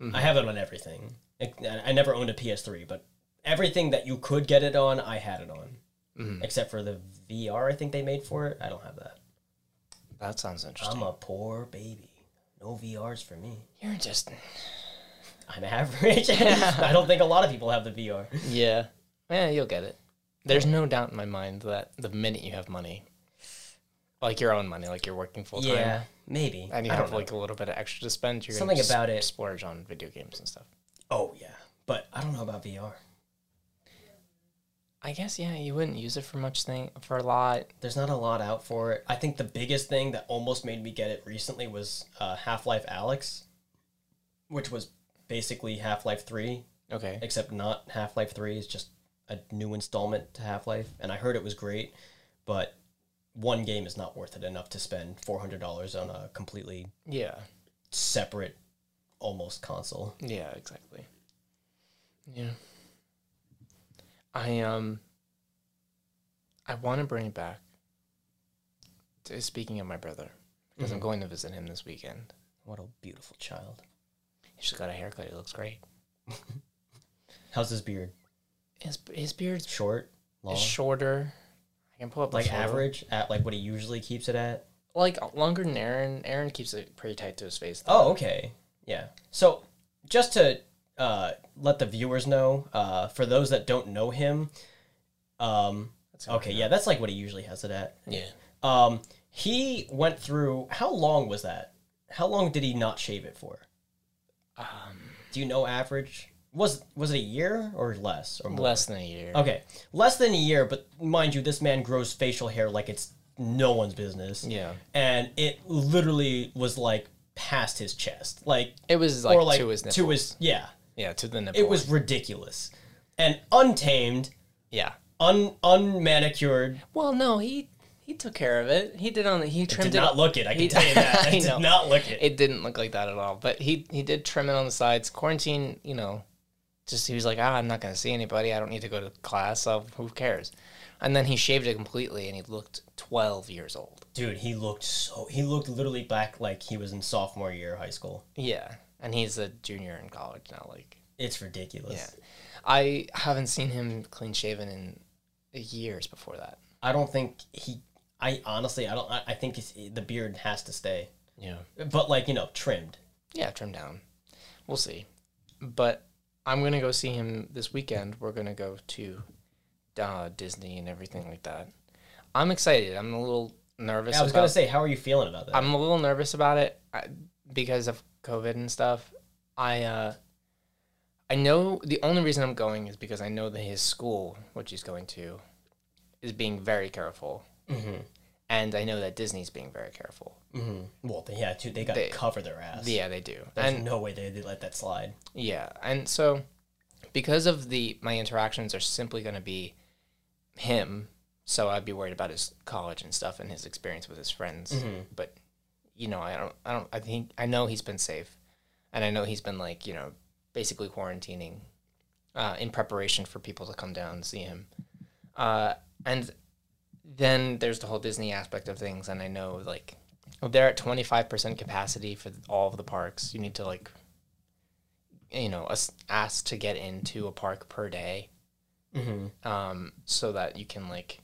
[SPEAKER 1] Mm-hmm.
[SPEAKER 2] I have it on everything. I, I never owned a PS3, but everything that you could get it on, I had it on.
[SPEAKER 1] Mm-hmm.
[SPEAKER 2] Except for the VR I think they made for it. I don't have that.
[SPEAKER 1] that sounds interesting.
[SPEAKER 2] I'm a poor baby. No VRs for me.
[SPEAKER 1] You're just
[SPEAKER 2] I'm average. I don't think a lot of people have the VR.
[SPEAKER 1] Yeah. Yeah, you'll get it. There's no doubt in my mind that the minute you have money, like your own money, like you're working full time,
[SPEAKER 2] Yeah, maybe.
[SPEAKER 1] and you
[SPEAKER 2] I
[SPEAKER 1] have
[SPEAKER 2] don't know.
[SPEAKER 1] like a little bit of extra to spend, you're
[SPEAKER 2] Something
[SPEAKER 1] gonna just
[SPEAKER 2] about it.
[SPEAKER 1] splurge on video games and stuff.
[SPEAKER 2] Oh, yeah. But I don't know about VR.
[SPEAKER 1] I guess yeah, you wouldn't use it for much thing for a lot.
[SPEAKER 2] there's not a lot out for it. I think the biggest thing that almost made me get it recently was uh, Half Life Alex, which was basically Half Life 3,
[SPEAKER 1] Okay.
[SPEAKER 2] except not Half Life 3, it's just a new installment to Half Life. And I heard it was great, but one game is not worth it enough to spend $400 on a completely
[SPEAKER 1] Yeah.
[SPEAKER 2] separate, almost console.
[SPEAKER 1] Yeah, exactly. Yeah. I um I want to bring it back. To, speaking of my brother, because
[SPEAKER 2] Mm-hmm.
[SPEAKER 1] I'm going to visit him this weekend.
[SPEAKER 2] What a beautiful child.
[SPEAKER 1] He just got a haircut. He looks great.
[SPEAKER 2] How's his beard?
[SPEAKER 1] His his beard's
[SPEAKER 2] Short? Long?
[SPEAKER 1] is shorter. I can pull up the
[SPEAKER 2] like
[SPEAKER 1] photo.
[SPEAKER 2] average? At like what he usually keeps it at?
[SPEAKER 1] like longer than Aaron. Aaron keeps it pretty tight to his face. though.
[SPEAKER 2] Oh, okay. Yeah. So just to uh, let the viewers know, uh, for those that don't know him, um, okay, yeah, that's like what he usually has it at.
[SPEAKER 1] Yeah.
[SPEAKER 2] Um, he went through. How long was that? How long did he not shave it for?
[SPEAKER 1] Um,
[SPEAKER 2] Do you know average? Was was it a year or less or more?
[SPEAKER 1] less than a year.
[SPEAKER 2] Okay, less than a year. But mind you, this man grows facial hair like it's no one's business.
[SPEAKER 1] Yeah.
[SPEAKER 2] And it literally was like past his chest, like
[SPEAKER 1] It was like,
[SPEAKER 2] or like
[SPEAKER 1] to his nipple.
[SPEAKER 2] to his yeah.
[SPEAKER 1] yeah, to the nipple.
[SPEAKER 2] It was ridiculous and untamed,
[SPEAKER 1] yeah.
[SPEAKER 2] un unmanicured.
[SPEAKER 1] Well, no, he he took care of it. He did on he trimmed
[SPEAKER 2] Did
[SPEAKER 1] it.
[SPEAKER 2] not look it. I can
[SPEAKER 1] He-
[SPEAKER 2] tell you that.
[SPEAKER 1] I
[SPEAKER 2] I did
[SPEAKER 1] know.
[SPEAKER 2] not look it.
[SPEAKER 1] It didn't look like that at all. But he he did trim it on the sides. Quarantine, you know, just he was like, ah, I'm not gonna see anybody. I don't need to go to class. So who cares? And then he shaved it completely, and he looked 12 years old.
[SPEAKER 2] Dude, he looked so. He looked literally back like he was in sophomore year of high school.
[SPEAKER 1] Yeah, and he's a junior in college now. Like,
[SPEAKER 2] It's ridiculous.
[SPEAKER 1] I haven't seen him clean shaven in years before that.
[SPEAKER 2] I don't think he. I honestly, I don't. I, I think it's, the beard has to stay,
[SPEAKER 1] Yeah.
[SPEAKER 2] but like you know, trimmed.
[SPEAKER 1] Yeah, trim down. We'll see. But I'm gonna go see him this weekend. We're gonna go to uh, Disney and everything like that. I'm excited. I'm a little nervous.
[SPEAKER 2] I was
[SPEAKER 1] about,
[SPEAKER 2] gonna say, how are you feeling about that?
[SPEAKER 1] I'm a little nervous about it uh, because of COVID and stuff. I uh, I know the only reason I'm going is because I know that his school, which he's going to, is being very careful,
[SPEAKER 2] Mm-hmm.
[SPEAKER 1] and I know that Disney's being very careful.
[SPEAKER 2] hmm Well, they, yeah, dude, they got to
[SPEAKER 1] They-
[SPEAKER 2] cover their ass.
[SPEAKER 1] Yeah, they do.
[SPEAKER 2] There's
[SPEAKER 1] and
[SPEAKER 2] no way they, they let that slide.
[SPEAKER 1] Yeah, and so because of the my interactions are simply going to be him, so I'd be worried about his college and stuff and his experience with his friends. But you know, I don't, I don't, I think I know he's been safe, and I know he's been like you know basically quarantining uh, in preparation for people to come down and see him. Uh, and then there's the whole Disney aspect of things, and I know like they're at 25% capacity for all of the parks. You need to like you know us asked to get into a park per day
[SPEAKER 2] Mm-hmm.
[SPEAKER 1] um so that you can like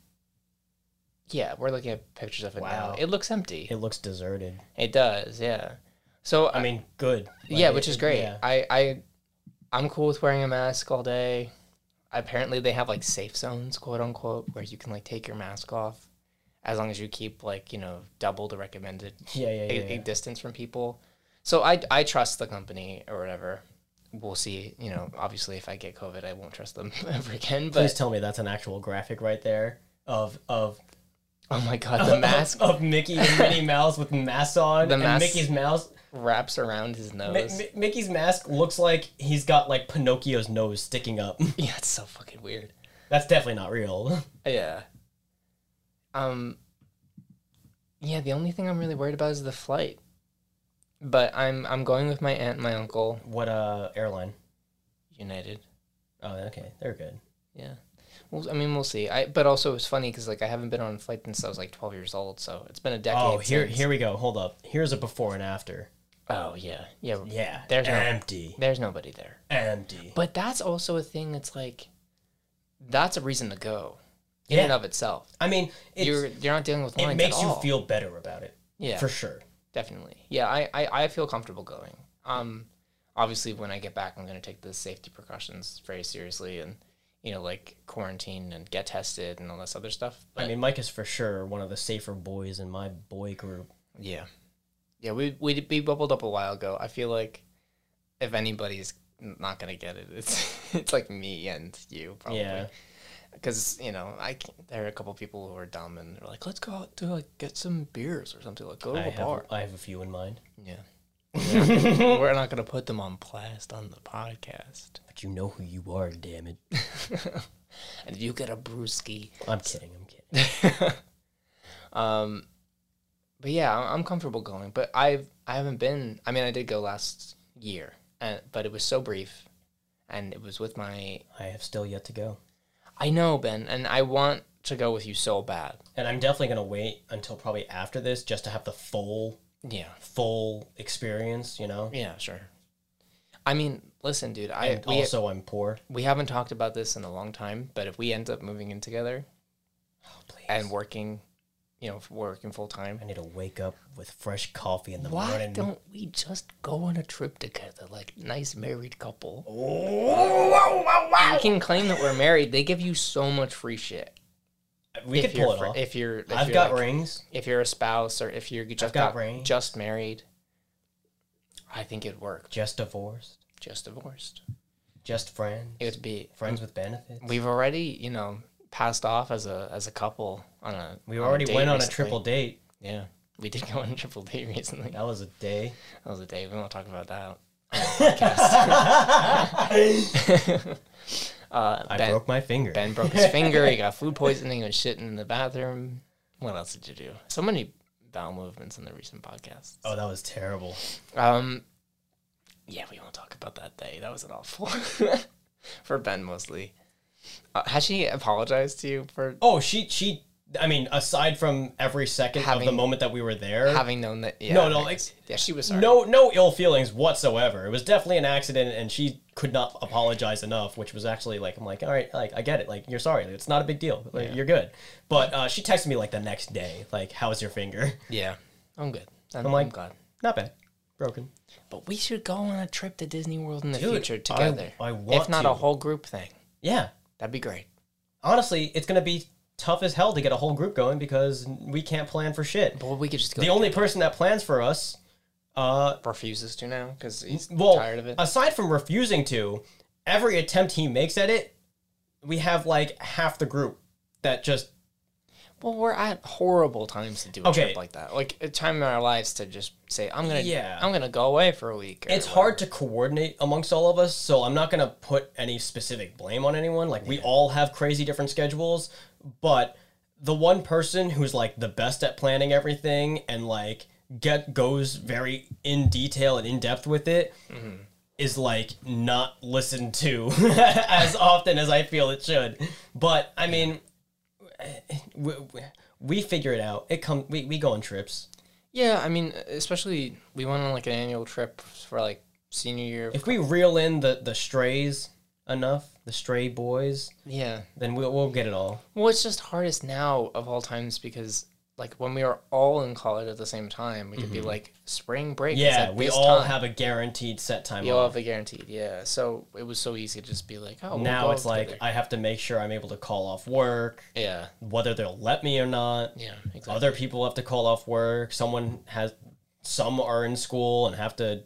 [SPEAKER 1] yeah we're looking at pictures of it
[SPEAKER 2] Wow.
[SPEAKER 1] now it looks empty
[SPEAKER 2] It looks deserted.
[SPEAKER 1] it does yeah so uh,
[SPEAKER 2] I mean, good. Like,
[SPEAKER 1] yeah
[SPEAKER 2] it-
[SPEAKER 1] which is
[SPEAKER 2] it-
[SPEAKER 1] great
[SPEAKER 2] yeah.
[SPEAKER 1] i i i'm cool with wearing a mask all day apparently they have like safe zones quote unquote where you can like take your mask off as long as you keep like you know double the recommended
[SPEAKER 2] Yeah, yeah, yeah.
[SPEAKER 1] a, a
[SPEAKER 2] yeah.
[SPEAKER 1] distance from people. So I I trust the company or whatever. We'll see. You know, obviously, if I get COVID, I won't trust them ever again.
[SPEAKER 2] Please
[SPEAKER 1] But
[SPEAKER 2] tell me that's an actual graphic right there of of
[SPEAKER 1] oh my god, the mask
[SPEAKER 2] of Mickey and Minnie Mouse with masks on,
[SPEAKER 1] The
[SPEAKER 2] and
[SPEAKER 1] mask-
[SPEAKER 2] Mickey's mouse.
[SPEAKER 1] wraps around his
[SPEAKER 2] Mi-
[SPEAKER 1] nose.
[SPEAKER 2] Mi- Mickey's mask looks like he's got like Pinocchio's nose sticking up.
[SPEAKER 1] Yeah, it's so fucking weird.
[SPEAKER 2] That's definitely not real.
[SPEAKER 1] Yeah. Um. Yeah, the only thing I'm really worried about is the flight. But I'm I'm going with my aunt and my uncle.
[SPEAKER 2] What uh airline?
[SPEAKER 1] United.
[SPEAKER 2] Oh, okay, they're good.
[SPEAKER 1] Yeah. Well, I mean, we'll see. I but also it's funny because like I haven't been on a flight since I was like 12 years old, so it's been a decade.
[SPEAKER 2] Oh, here
[SPEAKER 1] since-
[SPEAKER 2] here we go. Hold up. Here's a before and after.
[SPEAKER 1] Oh yeah, yeah.
[SPEAKER 2] Yeah,
[SPEAKER 1] There's no-
[SPEAKER 2] empty,
[SPEAKER 1] There's nobody there.
[SPEAKER 2] empty.
[SPEAKER 1] But that's also a thing that's like, that's a reason to go in
[SPEAKER 2] Yeah.
[SPEAKER 1] and of itself.
[SPEAKER 2] I mean, it's,
[SPEAKER 1] You're you're not dealing with lines
[SPEAKER 2] it makes
[SPEAKER 1] at
[SPEAKER 2] you
[SPEAKER 1] all.
[SPEAKER 2] feel better about it
[SPEAKER 1] yeah,
[SPEAKER 2] for sure.
[SPEAKER 1] definitely. Yeah, I, I I feel comfortable going. Um, obviously when I get back, I'm gonna take the safety precautions very seriously and you know like quarantine and get tested and all this other stuff. But
[SPEAKER 2] I mean, Mike is for sure one of the safer boys in my boy group.
[SPEAKER 1] yeah, yeah, we we we bubbled up a while ago. I feel like if anybody's not gonna get it, it's it's like me and you probably.
[SPEAKER 2] Yeah,
[SPEAKER 1] because you know I can there are a couple people who are dumb and they're like, let's go out to like get some beers or something, like go
[SPEAKER 2] I
[SPEAKER 1] to a
[SPEAKER 2] have,
[SPEAKER 1] bar.
[SPEAKER 2] I have a few in mind,
[SPEAKER 1] Yeah, we're not, gonna, we're not gonna put them on blast on the podcast.
[SPEAKER 2] but you know who you are. Damn it!
[SPEAKER 1] And if you get a brewski,
[SPEAKER 2] I'm kidding. I'm kidding.
[SPEAKER 1] um, but yeah, I- I'm comfortable going. But I've I haven't been. I mean, I did go last year, and but it was so brief, and it was with my.
[SPEAKER 2] I have still yet to go,
[SPEAKER 1] I know Ben, and I want to go with you so bad.
[SPEAKER 2] and I'm definitely gonna wait until probably after this just to have the full
[SPEAKER 1] Yeah,
[SPEAKER 2] full experience. You know,
[SPEAKER 1] yeah, sure. I mean, listen, dude. I
[SPEAKER 2] and
[SPEAKER 1] we-
[SPEAKER 2] also I'm poor.
[SPEAKER 1] we haven't talked about this in a long time, but if we end up moving in together
[SPEAKER 2] Oh, please.
[SPEAKER 1] and working, you know, working full time,
[SPEAKER 2] I need to wake up with fresh coffee in the
[SPEAKER 1] why
[SPEAKER 2] morning.
[SPEAKER 1] don't we just go on a trip together, like nice married couple?
[SPEAKER 2] Oh.
[SPEAKER 1] We can claim that we're married. They give you so much free shit.
[SPEAKER 2] we could
[SPEAKER 1] if you're
[SPEAKER 2] pull it
[SPEAKER 1] fr-
[SPEAKER 2] off.
[SPEAKER 1] If you're, if
[SPEAKER 2] I've
[SPEAKER 1] you're,
[SPEAKER 2] got
[SPEAKER 1] like,
[SPEAKER 2] rings.
[SPEAKER 1] If you're a spouse or if you're just
[SPEAKER 2] got
[SPEAKER 1] got
[SPEAKER 2] ring.
[SPEAKER 1] just married, I think it'd work.
[SPEAKER 2] Just divorced.
[SPEAKER 1] Just divorced,
[SPEAKER 2] Just friends.
[SPEAKER 1] it would be.
[SPEAKER 2] friends with benefits.
[SPEAKER 1] We've already, you know, passed off as a as a couple on a.
[SPEAKER 2] We
[SPEAKER 1] on a
[SPEAKER 2] already
[SPEAKER 1] date
[SPEAKER 2] went on a
[SPEAKER 1] recently.
[SPEAKER 2] triple date.
[SPEAKER 1] Yeah, we did go on a triple date recently.
[SPEAKER 2] That was a day.
[SPEAKER 1] That was a day. We won't talk about that.
[SPEAKER 2] I
[SPEAKER 1] Uh, Ben-
[SPEAKER 2] broke my finger.
[SPEAKER 1] Ben broke his finger. He got food poisoning and shitting in the bathroom. What else did you do? So many bowel movements in the recent podcasts.
[SPEAKER 2] Oh, that was terrible.
[SPEAKER 1] Um, yeah, we won't talk about that day. That was an awful for Ben mostly. Uh, has she apologized to you for
[SPEAKER 2] Oh, she she. I mean, aside from every second of
[SPEAKER 1] Having-
[SPEAKER 2] the moment that we were there,
[SPEAKER 1] having known that? Yeah,
[SPEAKER 2] No, no,
[SPEAKER 1] I guess. yeah, she was sorry.
[SPEAKER 2] no no ill feelings whatsoever. It was definitely an accident, and she could not apologize enough, which was actually like I'm like, all right, like I get it, like you're sorry, it's not a big deal, like you're good. But uh, she texted me like the next day, like how's your finger?
[SPEAKER 1] Yeah, I'm good. I'm,
[SPEAKER 2] like-
[SPEAKER 1] I'm glad.
[SPEAKER 2] Not bad, broken.
[SPEAKER 1] But we should go on a trip to Disney World in the
[SPEAKER 2] Dude,
[SPEAKER 1] future
[SPEAKER 2] I-
[SPEAKER 1] together.
[SPEAKER 2] I want
[SPEAKER 1] if not
[SPEAKER 2] to.
[SPEAKER 1] a whole group thing.
[SPEAKER 2] Yeah,
[SPEAKER 1] That'd be great.
[SPEAKER 2] honestly, it's gonna be tough as hell to get a whole group going because we can't plan for shit.
[SPEAKER 1] But we could just go.
[SPEAKER 2] The only person that plans for us, uh,
[SPEAKER 1] refuses to now because he's
[SPEAKER 2] well,
[SPEAKER 1] tired of it.
[SPEAKER 2] aside from refusing to, every attempt he makes at it, we have like half the group that just
[SPEAKER 1] Well, we're at horrible times to do a
[SPEAKER 2] Okay.
[SPEAKER 1] trip like that. Like a time in our lives to just say, "I'm gonna,
[SPEAKER 2] Yeah.
[SPEAKER 1] I'm gonna go away for a week." or
[SPEAKER 2] It's hard to coordinate amongst all of us, so I'm not gonna put any specific blame on anyone. Like we all have crazy different schedules, but the one person who's like the best at planning everything and like get goes very in detail and in depth with it is like not listened to as often as I feel it should. But I mean, eh, we, we, we figure it out. It come we, we go on trips.
[SPEAKER 1] Yeah, I mean, especially we went on like an annual trip for like senior year.
[SPEAKER 2] If we reel in the the strays enough, the stray boys,
[SPEAKER 1] yeah.
[SPEAKER 2] then we'll we'll get it all.
[SPEAKER 1] Well, it's just hardest now of all times because like when we were all in college at the same time, we could be like spring break. is
[SPEAKER 2] Mm-hmm. Yeah,
[SPEAKER 1] at
[SPEAKER 2] we
[SPEAKER 1] this
[SPEAKER 2] all
[SPEAKER 1] time."
[SPEAKER 2] have a guaranteed set time.
[SPEAKER 1] We all
[SPEAKER 2] off.
[SPEAKER 1] have a guaranteed. Yeah, so it was so easy to just be like, oh, we'll
[SPEAKER 2] now
[SPEAKER 1] go
[SPEAKER 2] it's like
[SPEAKER 1] together.
[SPEAKER 2] I have to make sure I'm able to call off work,
[SPEAKER 1] yeah,
[SPEAKER 2] whether they'll let me or not.
[SPEAKER 1] yeah, exactly.
[SPEAKER 2] Other people have to call off work. Someone has some are in school and have to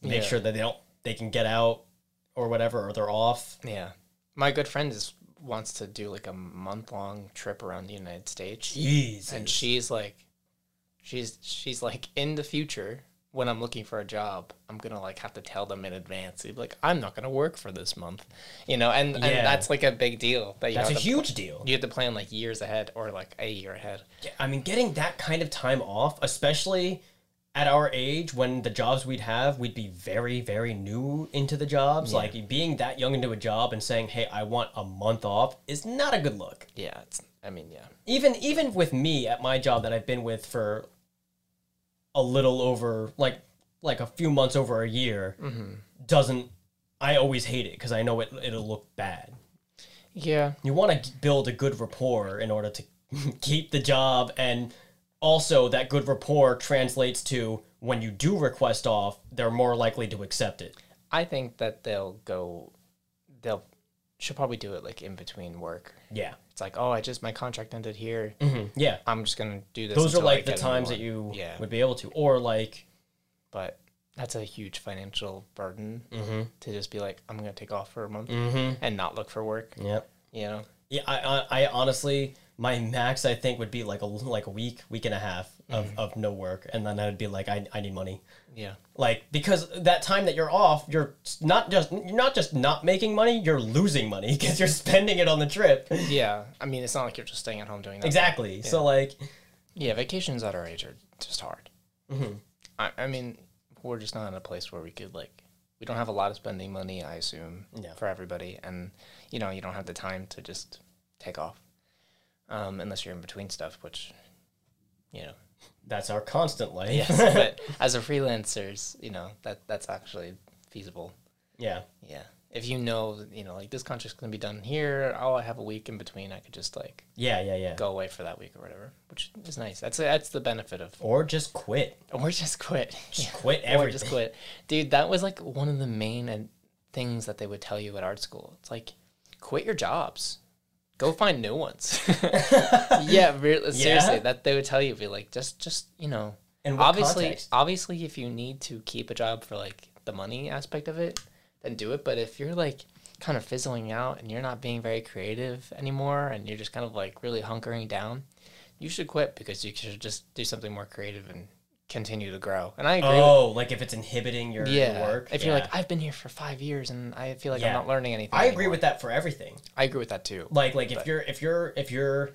[SPEAKER 2] make
[SPEAKER 1] Yeah.
[SPEAKER 2] sure that they don't they can get out or whatever or they're off.
[SPEAKER 1] Yeah. My good friend is wants to do like a month long trip around the United States.
[SPEAKER 2] Jeez.
[SPEAKER 1] And she's like she's she's like in the future when I'm looking for a job, I'm gonna like have to tell them in advance. You'd be like, I'm not gonna work for this month. You know, and,
[SPEAKER 2] Yeah.
[SPEAKER 1] and that's like a big deal that you
[SPEAKER 2] That's a
[SPEAKER 1] have to
[SPEAKER 2] huge deal.
[SPEAKER 1] you have to plan like years ahead or like a year ahead.
[SPEAKER 2] I mean, getting that kind of time off, especially at our age when the jobs we'd have, we'd be very, very new into the jobs. Like being that young into a job and saying, "Hey, I want a month off," is not a good look.
[SPEAKER 1] Yeah, it's I mean, yeah.
[SPEAKER 2] Even even with me at my job that I've been with for a little over like like a few months over a year doesn't. I always hate it because I know it it'll look bad.
[SPEAKER 1] Yeah.
[SPEAKER 2] You want to build a good rapport in order to keep the job, and also that good rapport translates to when you do request off, they're more likely to accept it.
[SPEAKER 1] I think that they'll go they'll she'll probably do it like in between work.
[SPEAKER 2] Yeah,
[SPEAKER 1] It's like, oh I just my contract ended here.
[SPEAKER 2] hmm yeah.
[SPEAKER 1] I'm just gonna do this.
[SPEAKER 2] Those are
[SPEAKER 1] until I
[SPEAKER 2] like the
[SPEAKER 1] get
[SPEAKER 2] times
[SPEAKER 1] more.
[SPEAKER 2] that you
[SPEAKER 1] yeah,
[SPEAKER 2] would be able to, or like
[SPEAKER 1] but that's a huge financial burden
[SPEAKER 2] Mm-hmm.
[SPEAKER 1] to just be like, I'm gonna take off for a month and not look for work.
[SPEAKER 2] yeah,
[SPEAKER 1] You know,
[SPEAKER 2] yeah. I, I, I honestly, my max I think would be like a like a week, week and a half of, of no work, and then I'd be like, I, I need money.
[SPEAKER 1] yeah,
[SPEAKER 2] like because that time that you're off you're not just you're not just not making money you're losing money because you're spending it on the trip
[SPEAKER 1] yeah. I mean, it's not like you're just staying at home doing nothing.
[SPEAKER 2] exactly so like
[SPEAKER 1] Yeah, vacations at our age are just hard. I, I mean, we're just not in a place where we could like. We don't have a lot of spending money, I assume,
[SPEAKER 2] No.
[SPEAKER 1] for everybody, and you know, you don't have the time to just take off, um, unless you're in between stuff, which, you know,
[SPEAKER 2] that's our constant life
[SPEAKER 1] Yes, but as a freelancers, you know that that's actually feasible.
[SPEAKER 2] yeah
[SPEAKER 1] Yeah, if you know, that, you know, like this contract's gonna be done here. Oh, I have a week in between. I could just like
[SPEAKER 2] yeah yeah yeah
[SPEAKER 1] go away for that week or whatever, which is nice. That's that's the benefit of
[SPEAKER 2] or just quit
[SPEAKER 1] or just quit.
[SPEAKER 2] just quit
[SPEAKER 1] or
[SPEAKER 2] everything
[SPEAKER 1] Oh, just quit, dude. That was like one of the main and things that they would tell you at art school. It's like quit your jobs. Go find new ones. yeah, re- seriously, that they would tell you be like, just, just you know,
[SPEAKER 2] and
[SPEAKER 1] obviously obviously if you need to keep a job for like the money aspect of it then do it but if you're like kind of fizzling out and you're not being very creative anymore and you're just kind of like really hunkering down you should quit because you should just do something more creative and continue to grow and i agree with
[SPEAKER 2] oh like if it's inhibiting your, your
[SPEAKER 1] yeah
[SPEAKER 2] work
[SPEAKER 1] if you're
[SPEAKER 2] yeah.
[SPEAKER 1] like i've been here for five years and i feel like
[SPEAKER 2] Yeah.
[SPEAKER 1] i'm not learning anything
[SPEAKER 2] i agree
[SPEAKER 1] anymore."
[SPEAKER 2] with that for everything
[SPEAKER 1] i agree with that too
[SPEAKER 2] like like if you're if you're if you're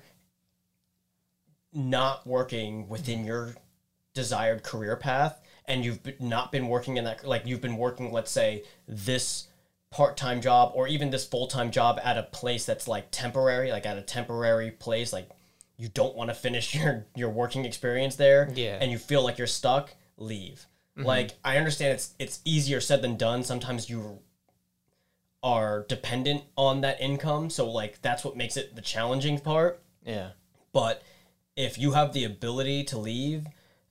[SPEAKER 2] not working within your desired career path and you've b- not been working in that like you've been working let's say this part-time job or even this full-time job at a place that's like temporary like at a temporary place like you don't want to finish your your working experience there
[SPEAKER 1] Yeah.
[SPEAKER 2] and you feel like you're stuck leave like i understand it's it's easier said than done sometimes you are dependent on that income. So like that's what makes it the challenging part.
[SPEAKER 1] Yeah.
[SPEAKER 2] But if you have the ability to leave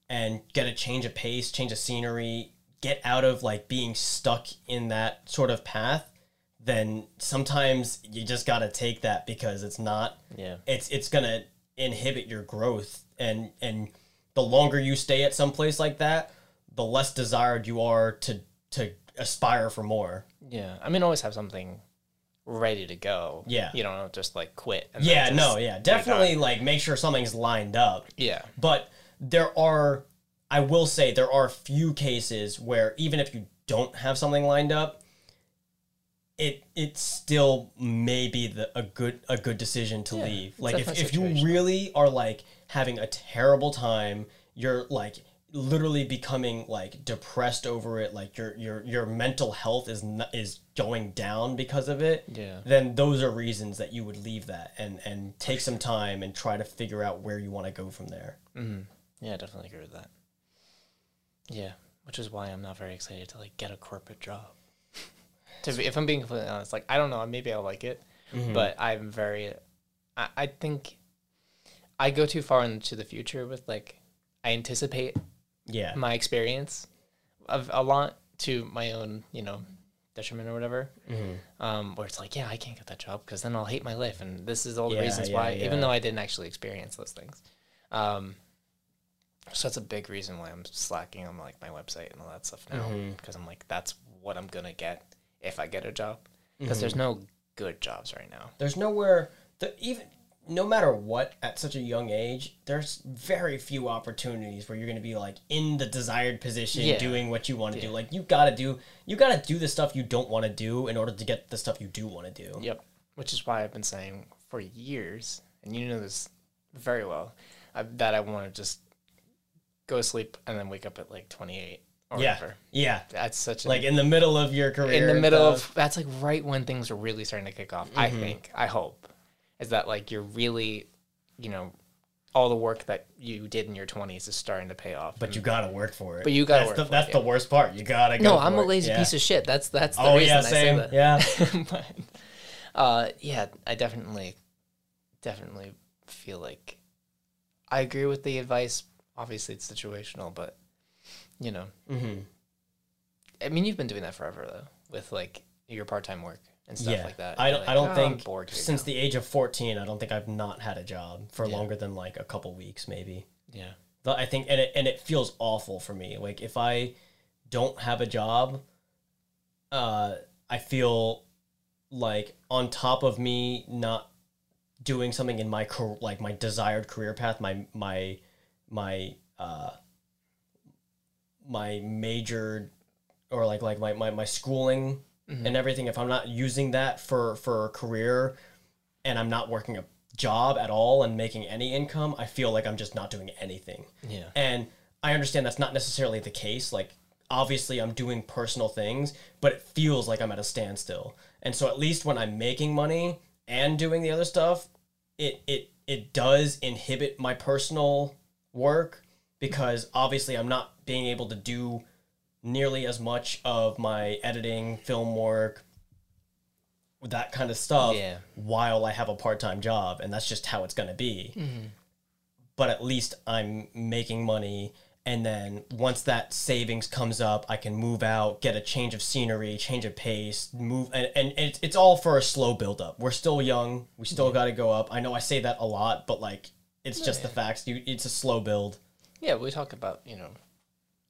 [SPEAKER 2] and get a change of pace, change of scenery, get out of like being stuck in that sort of path, then sometimes you just got to take that because it's not
[SPEAKER 1] Yeah.
[SPEAKER 2] it's it's going to inhibit your growth and and the longer you stay at some place like that, the less desired you are to to aspire for more.
[SPEAKER 1] Yeah. I mean, always have something ready to go.
[SPEAKER 2] Yeah.
[SPEAKER 1] You don't just like quit. And then
[SPEAKER 2] Yeah,
[SPEAKER 1] just-
[SPEAKER 2] no, yeah. Definitely like make sure something's lined up.
[SPEAKER 1] Yeah.
[SPEAKER 2] But there are, I will say, there are few cases where even if you don't have something lined up, it it still may be the, a good a good decision to leave. Like if,
[SPEAKER 1] definitely
[SPEAKER 2] if you
[SPEAKER 1] situational.
[SPEAKER 2] really are like having a terrible time, you're like literally becoming like depressed over it. Like your your your mental health is n- is going down because of it
[SPEAKER 1] Yeah.
[SPEAKER 2] then those are reasons that you would leave that and and take some time and try to figure out where you want to go from there.
[SPEAKER 1] Yeah, I definitely agree with that. Yeah, which is why I'm not very excited to like get a corporate job. to be, if I'm being completely honest, like I don't know, maybe I'll like it, but I'm very, I, I think, I go too far into the future with like, I anticipate
[SPEAKER 2] Yeah.
[SPEAKER 1] my experience of a lot to my own, you know, detriment or whatever.
[SPEAKER 2] Mm-hmm.
[SPEAKER 1] Um, where it's like, yeah, I can't get that job because then I'll hate my life, and this is all the
[SPEAKER 2] Yeah,
[SPEAKER 1] reasons
[SPEAKER 2] yeah,
[SPEAKER 1] why, even
[SPEAKER 2] yeah.
[SPEAKER 1] though I didn't actually experience those things. Um, so that's a big reason why I'm slacking on like my website and all that stuff now
[SPEAKER 2] Mm-hmm.
[SPEAKER 1] because I'm like, that's what I'm gonna get if I get a job
[SPEAKER 2] Mm-hmm.
[SPEAKER 1] because there's no good jobs right now.
[SPEAKER 2] There's nowhere the even no matter what at such a young age, there's very few opportunities where you're going to be like in the desired position
[SPEAKER 1] Yeah.
[SPEAKER 2] doing what you want to do. Like you got to do you got to do the stuff you don't want to do in order to get the stuff you do want to do.
[SPEAKER 1] Yep. Which is why I've been saying for years, and you know this very well, I, that I want to just go to sleep and then wake up at like 28 or
[SPEAKER 2] Yeah.
[SPEAKER 1] whatever.
[SPEAKER 2] Yeah.
[SPEAKER 1] That's such a.
[SPEAKER 2] Like in the middle Mm-hmm. of your career.
[SPEAKER 1] in the middle
[SPEAKER 2] the-
[SPEAKER 1] of. That's like right when things are really starting to kick off, I think. I hope. Is that like you're really, you know, all the work that you did in your 20s is starting to pay off.
[SPEAKER 2] but you gotta work for it.
[SPEAKER 1] But you gotta
[SPEAKER 2] that's
[SPEAKER 1] work
[SPEAKER 2] the,
[SPEAKER 1] for it,
[SPEAKER 2] That's the worst part. You gotta go.
[SPEAKER 1] no,
[SPEAKER 2] for
[SPEAKER 1] I'm a
[SPEAKER 2] it.
[SPEAKER 1] lazy
[SPEAKER 2] Yeah.
[SPEAKER 1] piece of shit. That's that's the
[SPEAKER 2] Oh
[SPEAKER 1] reason
[SPEAKER 2] yeah,
[SPEAKER 1] I
[SPEAKER 2] same.
[SPEAKER 1] say that.
[SPEAKER 2] Yeah.
[SPEAKER 1] but uh, yeah, I definitely, definitely feel like I agree with the advice. Obviously, it's situational, but you know,
[SPEAKER 2] Mm-hmm.
[SPEAKER 1] I mean, you've been doing that forever though, with like your part-time work and stuff like that.
[SPEAKER 2] I
[SPEAKER 1] You're
[SPEAKER 2] don't,
[SPEAKER 1] like,
[SPEAKER 2] I don't
[SPEAKER 1] "Oh, I'm
[SPEAKER 2] think
[SPEAKER 1] bored here
[SPEAKER 2] since
[SPEAKER 1] now."
[SPEAKER 2] the age of 14, I don't think I've not had a job for longer than like a couple weeks, maybe.
[SPEAKER 1] yeah,
[SPEAKER 2] But I think, and it, and it feels awful for me. Like if I don't have a job, uh, I feel like on top of me not doing something in my car- like my desired career path, my my my uh, my major or like like my my, my schooling and everything. If I'm not using that for for a career, and I'm not working a job at all and making any income, I feel like I'm just not doing anything.
[SPEAKER 1] yeah,
[SPEAKER 2] And I understand that's not necessarily the case. Like, obviously, I'm doing personal things, but it feels like I'm at a standstill. And so, at least when I'm making money and doing the other stuff, it it it does inhibit my personal work because obviously I'm not being able to do nearly as much of my editing, film work, that kind of stuff
[SPEAKER 1] Yeah.
[SPEAKER 2] while I have a part-time job and that's just how it's going to be but at least I'm making money. And then once that savings comes up, I can move out, get a change of scenery, change of pace, move, and, and it's, it's all for a slow build up. We're still young. We still got to go up. I know I say that a lot, but like, it's just the facts. You, it's a slow build.
[SPEAKER 1] yeah. We talk about you know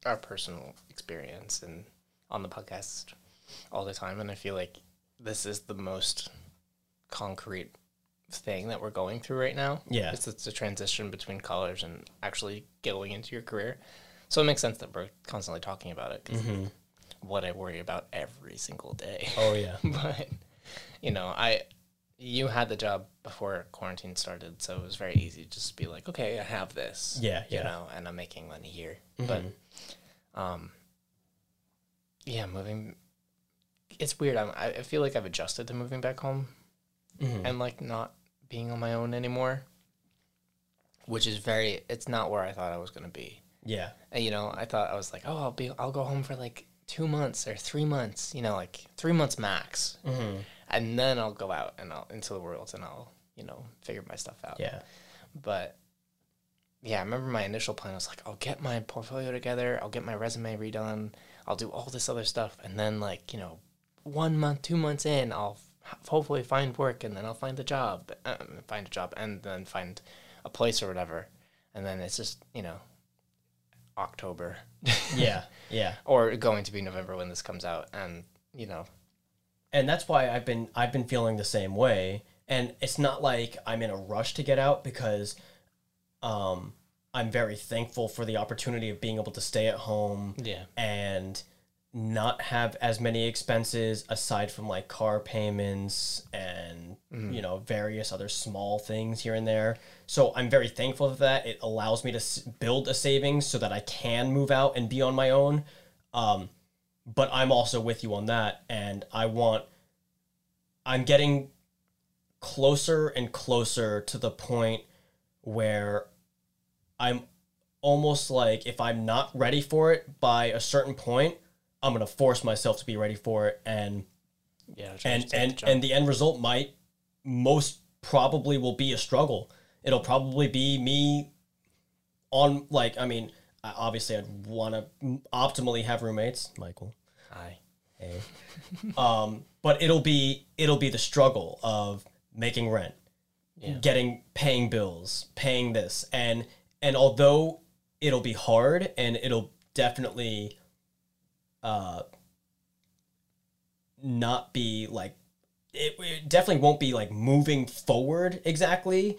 [SPEAKER 1] our personal experience and on the podcast all the time, and I feel like this is the most concrete thing that we're going through right now.
[SPEAKER 2] Yeah.
[SPEAKER 1] It's, it's a transition between college and actually going into your career. So it makes sense that we're constantly talking about it 'cause it's what I worry about every single day.
[SPEAKER 2] Oh yeah.
[SPEAKER 1] but, you know, I you had the job before quarantine started, so it was very easy to just be like, okay, I have this.
[SPEAKER 2] Yeah,
[SPEAKER 1] You
[SPEAKER 2] yeah. Mm-hmm.
[SPEAKER 1] know, and I'm making money here. But um yeah, moving it's weird. I'm, I I feel like I've adjusted to moving back home
[SPEAKER 2] Mm-hmm.
[SPEAKER 1] and like not being on my own anymore, which is very. It's not where I thought I was gonna be.
[SPEAKER 2] Yeah.
[SPEAKER 1] And you know, I thought I was like, oh, I'll be, I'll go home for like two months or three months, you know, like three months max, and then I'll go out and I'll into the world and I'll you know figure my stuff out.
[SPEAKER 2] Yeah.
[SPEAKER 1] But yeah, I remember my initial plan was like, I'll get my portfolio together, I'll get my resume redone, I'll do all this other stuff, and then like you know, one month, two months in, I'll f- hopefully find work, and then I'll find a job, um, find a job, and then find a place or whatever, and then it's just you know, October
[SPEAKER 2] Yeah. Yeah.
[SPEAKER 1] or going to be November when this comes out, and you know,
[SPEAKER 2] and that's why I've been I've been feeling the same way. And it's not like I'm in a rush to get out because um, I'm very thankful for the opportunity of being able to stay at home
[SPEAKER 1] yeah,
[SPEAKER 2] and not have as many expenses aside from like car payments and you know various other small things here and there. So I'm very thankful for that. It allows me to s- build a savings so that I can move out and be on my own. Um, but I'm also with you on that, and I want. I'm getting closer and closer to the point where I'm almost like if I'm not ready for it by a certain point, I'm gonna force myself to be ready for it, and
[SPEAKER 1] yeah, I'll try to
[SPEAKER 2] and
[SPEAKER 1] take the
[SPEAKER 2] and
[SPEAKER 1] job.
[SPEAKER 2] and the end result might most probably will be a struggle. It'll probably be me on like I mean I- obviously I'd want to optimally have roommates, Michael.
[SPEAKER 1] Aye.
[SPEAKER 2] Hey. um, but it'll be it'll be the struggle of making rent, getting paying bills, paying this, and and although it'll be hard and it'll definitely uh, not be like it, it definitely won't be like moving forward exactly,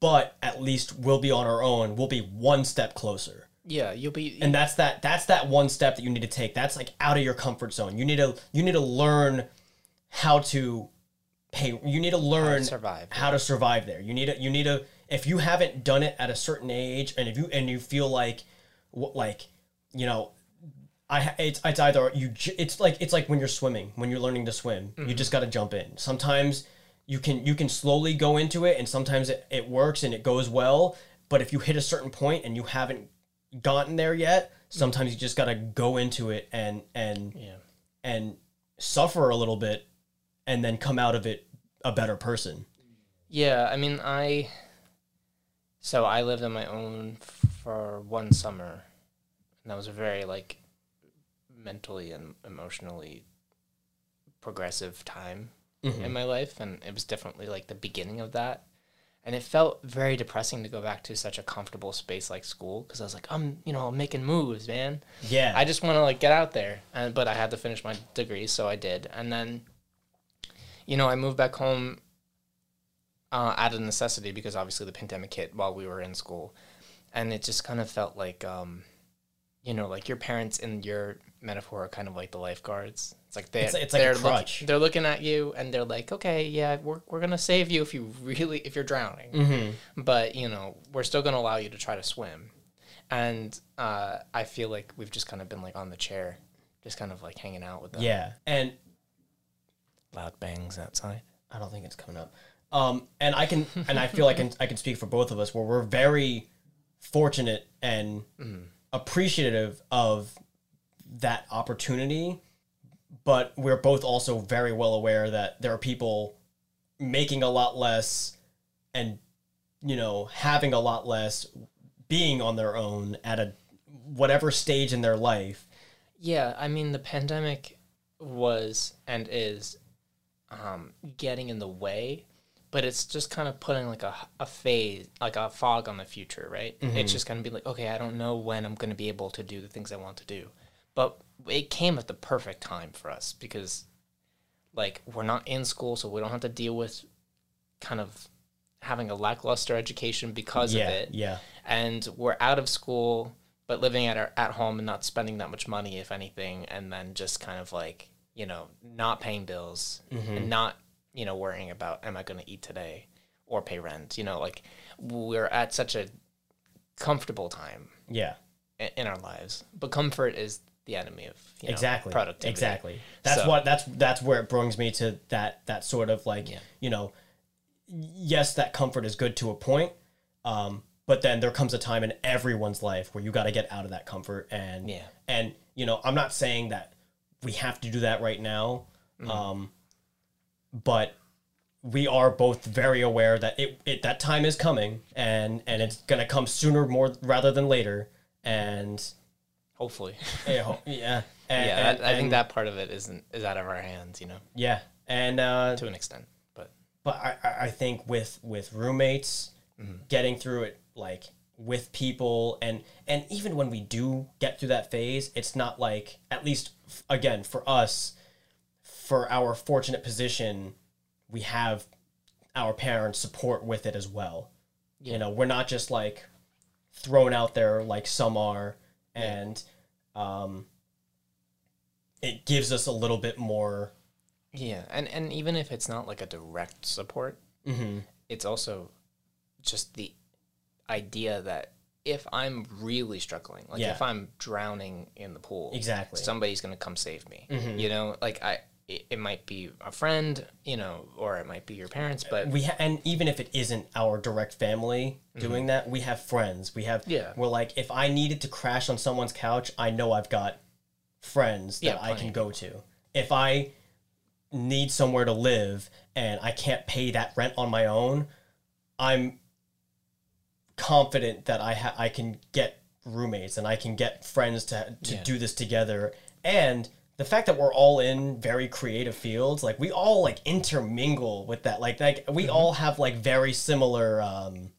[SPEAKER 2] but at least we'll be on our own. We'll be one step closer
[SPEAKER 1] yeah, you'll be
[SPEAKER 2] and that's that that's that one step that you need to take that's like out of your comfort zone you need to you need to learn how to pay you need to learn
[SPEAKER 1] survive.
[SPEAKER 2] how to survive there you need to you need to if you haven't done it at a certain age and if you and you feel like what like you know I ha- it's it's either you j- it's like it's like when you're swimming when you're learning to swim you just got to jump in sometimes you can you can slowly go into it and sometimes it, it works and it goes well but if you hit a certain point and you haven't gotten there yet sometimes you just got to go into it and and
[SPEAKER 1] Yeah.
[SPEAKER 2] and suffer a little bit and then come out of it a better person
[SPEAKER 1] Yeah, I mean, I. So I lived on my own f- for one summer, and that was a very like mentally and emotionally progressive time in my life, and it was definitely like the beginning of that. And it felt very depressing to go back to such a comfortable space like school because I was like, I'm, you know, I'm making moves, man.
[SPEAKER 2] yeah
[SPEAKER 1] I just want to like get out there, and but I had to finish my degree, so I did. And then, you know, I moved back home uh, out of necessity because obviously the pandemic hit while we were in school, and it just kind of felt like, um, you know, like your parents in your metaphor are kind of like the lifeguards. It's like they,
[SPEAKER 2] It's- it's like a
[SPEAKER 1] they're
[SPEAKER 2] crutch.
[SPEAKER 1] Look, they're looking at you and they're like, okay, yeah, we're we're gonna save you if you really if you're drowning
[SPEAKER 2] mm-hmm.
[SPEAKER 1] but you know we're still going to allow you to try to swim and uh, i feel like we've just kind of been like on the chair just kind of like hanging out with them
[SPEAKER 2] yeah and
[SPEAKER 1] loud bangs outside
[SPEAKER 2] I don't think it's coming up. Um, and I can, and I feel like I can, I can speak for both of us, where we're very fortunate and
[SPEAKER 1] Mm.
[SPEAKER 2] appreciative of that opportunity, but we're both also very well aware that there are people making a lot less and you know having a lot less being on their own at a whatever stage in their life
[SPEAKER 1] yeah i mean the pandemic was and is um, getting in the way but it's just kind of putting like a, a phase like a fog on the future right it's just going to be like okay i don't know when i'm going to be able to do the things i want to do but it came at the perfect time for us because like we're not in school so we don't have to deal with kind of having a lackluster education because
[SPEAKER 2] yeah
[SPEAKER 1] of it
[SPEAKER 2] yeah
[SPEAKER 1] and we're out of school but living at our, at home and not spending that much money if anything and then just kind of like you know not paying bills
[SPEAKER 2] Mm-hmm.
[SPEAKER 1] and not you know worrying about am i going to eat today or pay rent you know like we're at such a comfortable time
[SPEAKER 2] yeah
[SPEAKER 1] i- in our lives but comfort is the enemy of you know,
[SPEAKER 2] exactly
[SPEAKER 1] productivity
[SPEAKER 2] exactly that's
[SPEAKER 1] So-
[SPEAKER 2] what that's that's where it brings me to that that sort of like you know yes that comfort is good to a point um But then there comes a time in everyone's life where you got to get out of that comfort and
[SPEAKER 1] Yeah.
[SPEAKER 2] and you know I'm not saying that we have to do that right now,
[SPEAKER 1] Mm-hmm.
[SPEAKER 2] um, but we are both very aware that it, it that time is coming and and it's gonna come sooner more rather than later and
[SPEAKER 1] Hopefully.
[SPEAKER 2] yeah ho- yeah and,
[SPEAKER 1] yeah,
[SPEAKER 2] and-
[SPEAKER 1] that, I think
[SPEAKER 2] and-
[SPEAKER 1] that part of it isn't is out of our hands, you know,
[SPEAKER 2] yeah and uh,
[SPEAKER 1] to an extent. But
[SPEAKER 2] but I, I- I think with with roommates getting through it like with people and and even when we do get through that phase it's not like at least f- again for us for our fortunate position we have our parents support with it as well you know we're not just like thrown out there like some are and um it gives us a little bit more
[SPEAKER 1] yeah, and and even if it's not like a direct support,
[SPEAKER 2] Mm-hmm.
[SPEAKER 1] it's also just the idea that if I'm really struggling, like
[SPEAKER 2] Yeah.
[SPEAKER 1] if I'm drowning in the pool,
[SPEAKER 2] exactly Mm-hmm.
[SPEAKER 1] somebody's gonna come save me. You know, like I, it, it might be a friend, you know, or it might be your parents, but
[SPEAKER 2] we ha- and even if it isn't our direct family doing that, we have friends. We have
[SPEAKER 1] Mm-hmm. Yeah.
[SPEAKER 2] We're like, if I needed to crash on someone's couch, I know I've got friends that
[SPEAKER 1] Yeah,
[SPEAKER 2] I
[SPEAKER 1] plenty
[SPEAKER 2] can
[SPEAKER 1] of
[SPEAKER 2] go to. If I need somewhere to live and I can't pay that rent on my own, I'm confident that I ha- I can get roommates and I can get friends to to
[SPEAKER 1] Yeah.
[SPEAKER 2] do this together. And the fact that we're all in very creative fields, like we all like intermingle with that. Like like we
[SPEAKER 1] Mm-hmm.
[SPEAKER 2] all have like very similar um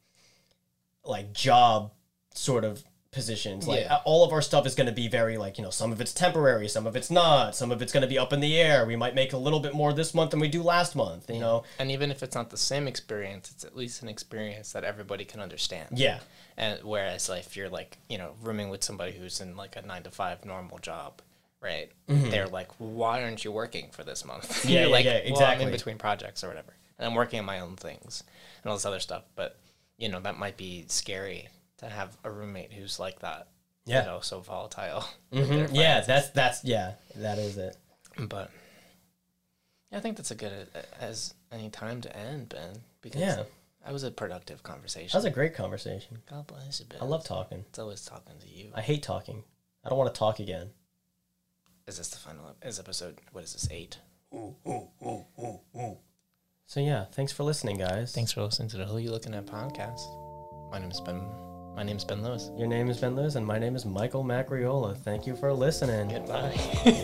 [SPEAKER 2] like job sort of positions. Like
[SPEAKER 1] Yeah.
[SPEAKER 2] all of our stuff is going to be very like, you know, some of it's temporary, some of it's not, some of it's going to be up in the air. We might make a little bit more this month than we do last month, you know.
[SPEAKER 1] and even if it's not the same experience, it's at least an experience that everybody can understand.
[SPEAKER 2] Yeah.
[SPEAKER 1] And whereas like, if you're like, you know, rooming with somebody who's in like a nine to five normal job, right? They're like, why aren't you working for this month?
[SPEAKER 2] Mm-hmm. Yeah,
[SPEAKER 1] you're
[SPEAKER 2] yeah,
[SPEAKER 1] like,
[SPEAKER 2] yeah,
[SPEAKER 1] Well, I'm
[SPEAKER 2] exactly.
[SPEAKER 1] in between projects or whatever. And I'm working on my own things and all this other stuff. But, you know, that might be scary to have a roommate who's like that.
[SPEAKER 2] Yeah.
[SPEAKER 1] You know, so volatile.
[SPEAKER 2] Mhm. Yeah, that's that's yeah, that is it.
[SPEAKER 1] But yeah, I think that's a good a- as any time to end, Ben. Because
[SPEAKER 2] Yeah.
[SPEAKER 1] that was a productive conversation.
[SPEAKER 2] That was a great conversation.
[SPEAKER 1] God bless you, Ben.
[SPEAKER 2] I love talking.
[SPEAKER 1] It's always talking to you.
[SPEAKER 2] I hate talking. I don't want to talk again.
[SPEAKER 1] Is this the final? ep- Is episode? What is this? Eight.
[SPEAKER 2] So yeah, thanks for listening, guys.
[SPEAKER 1] Thanks for listening to the Who You Looking At podcast. My name's Ben. My name's Ben Lewis.
[SPEAKER 2] Your name is Ben Lewis, and my name is Michael Macriola. Thank you for listening.
[SPEAKER 1] Goodbye.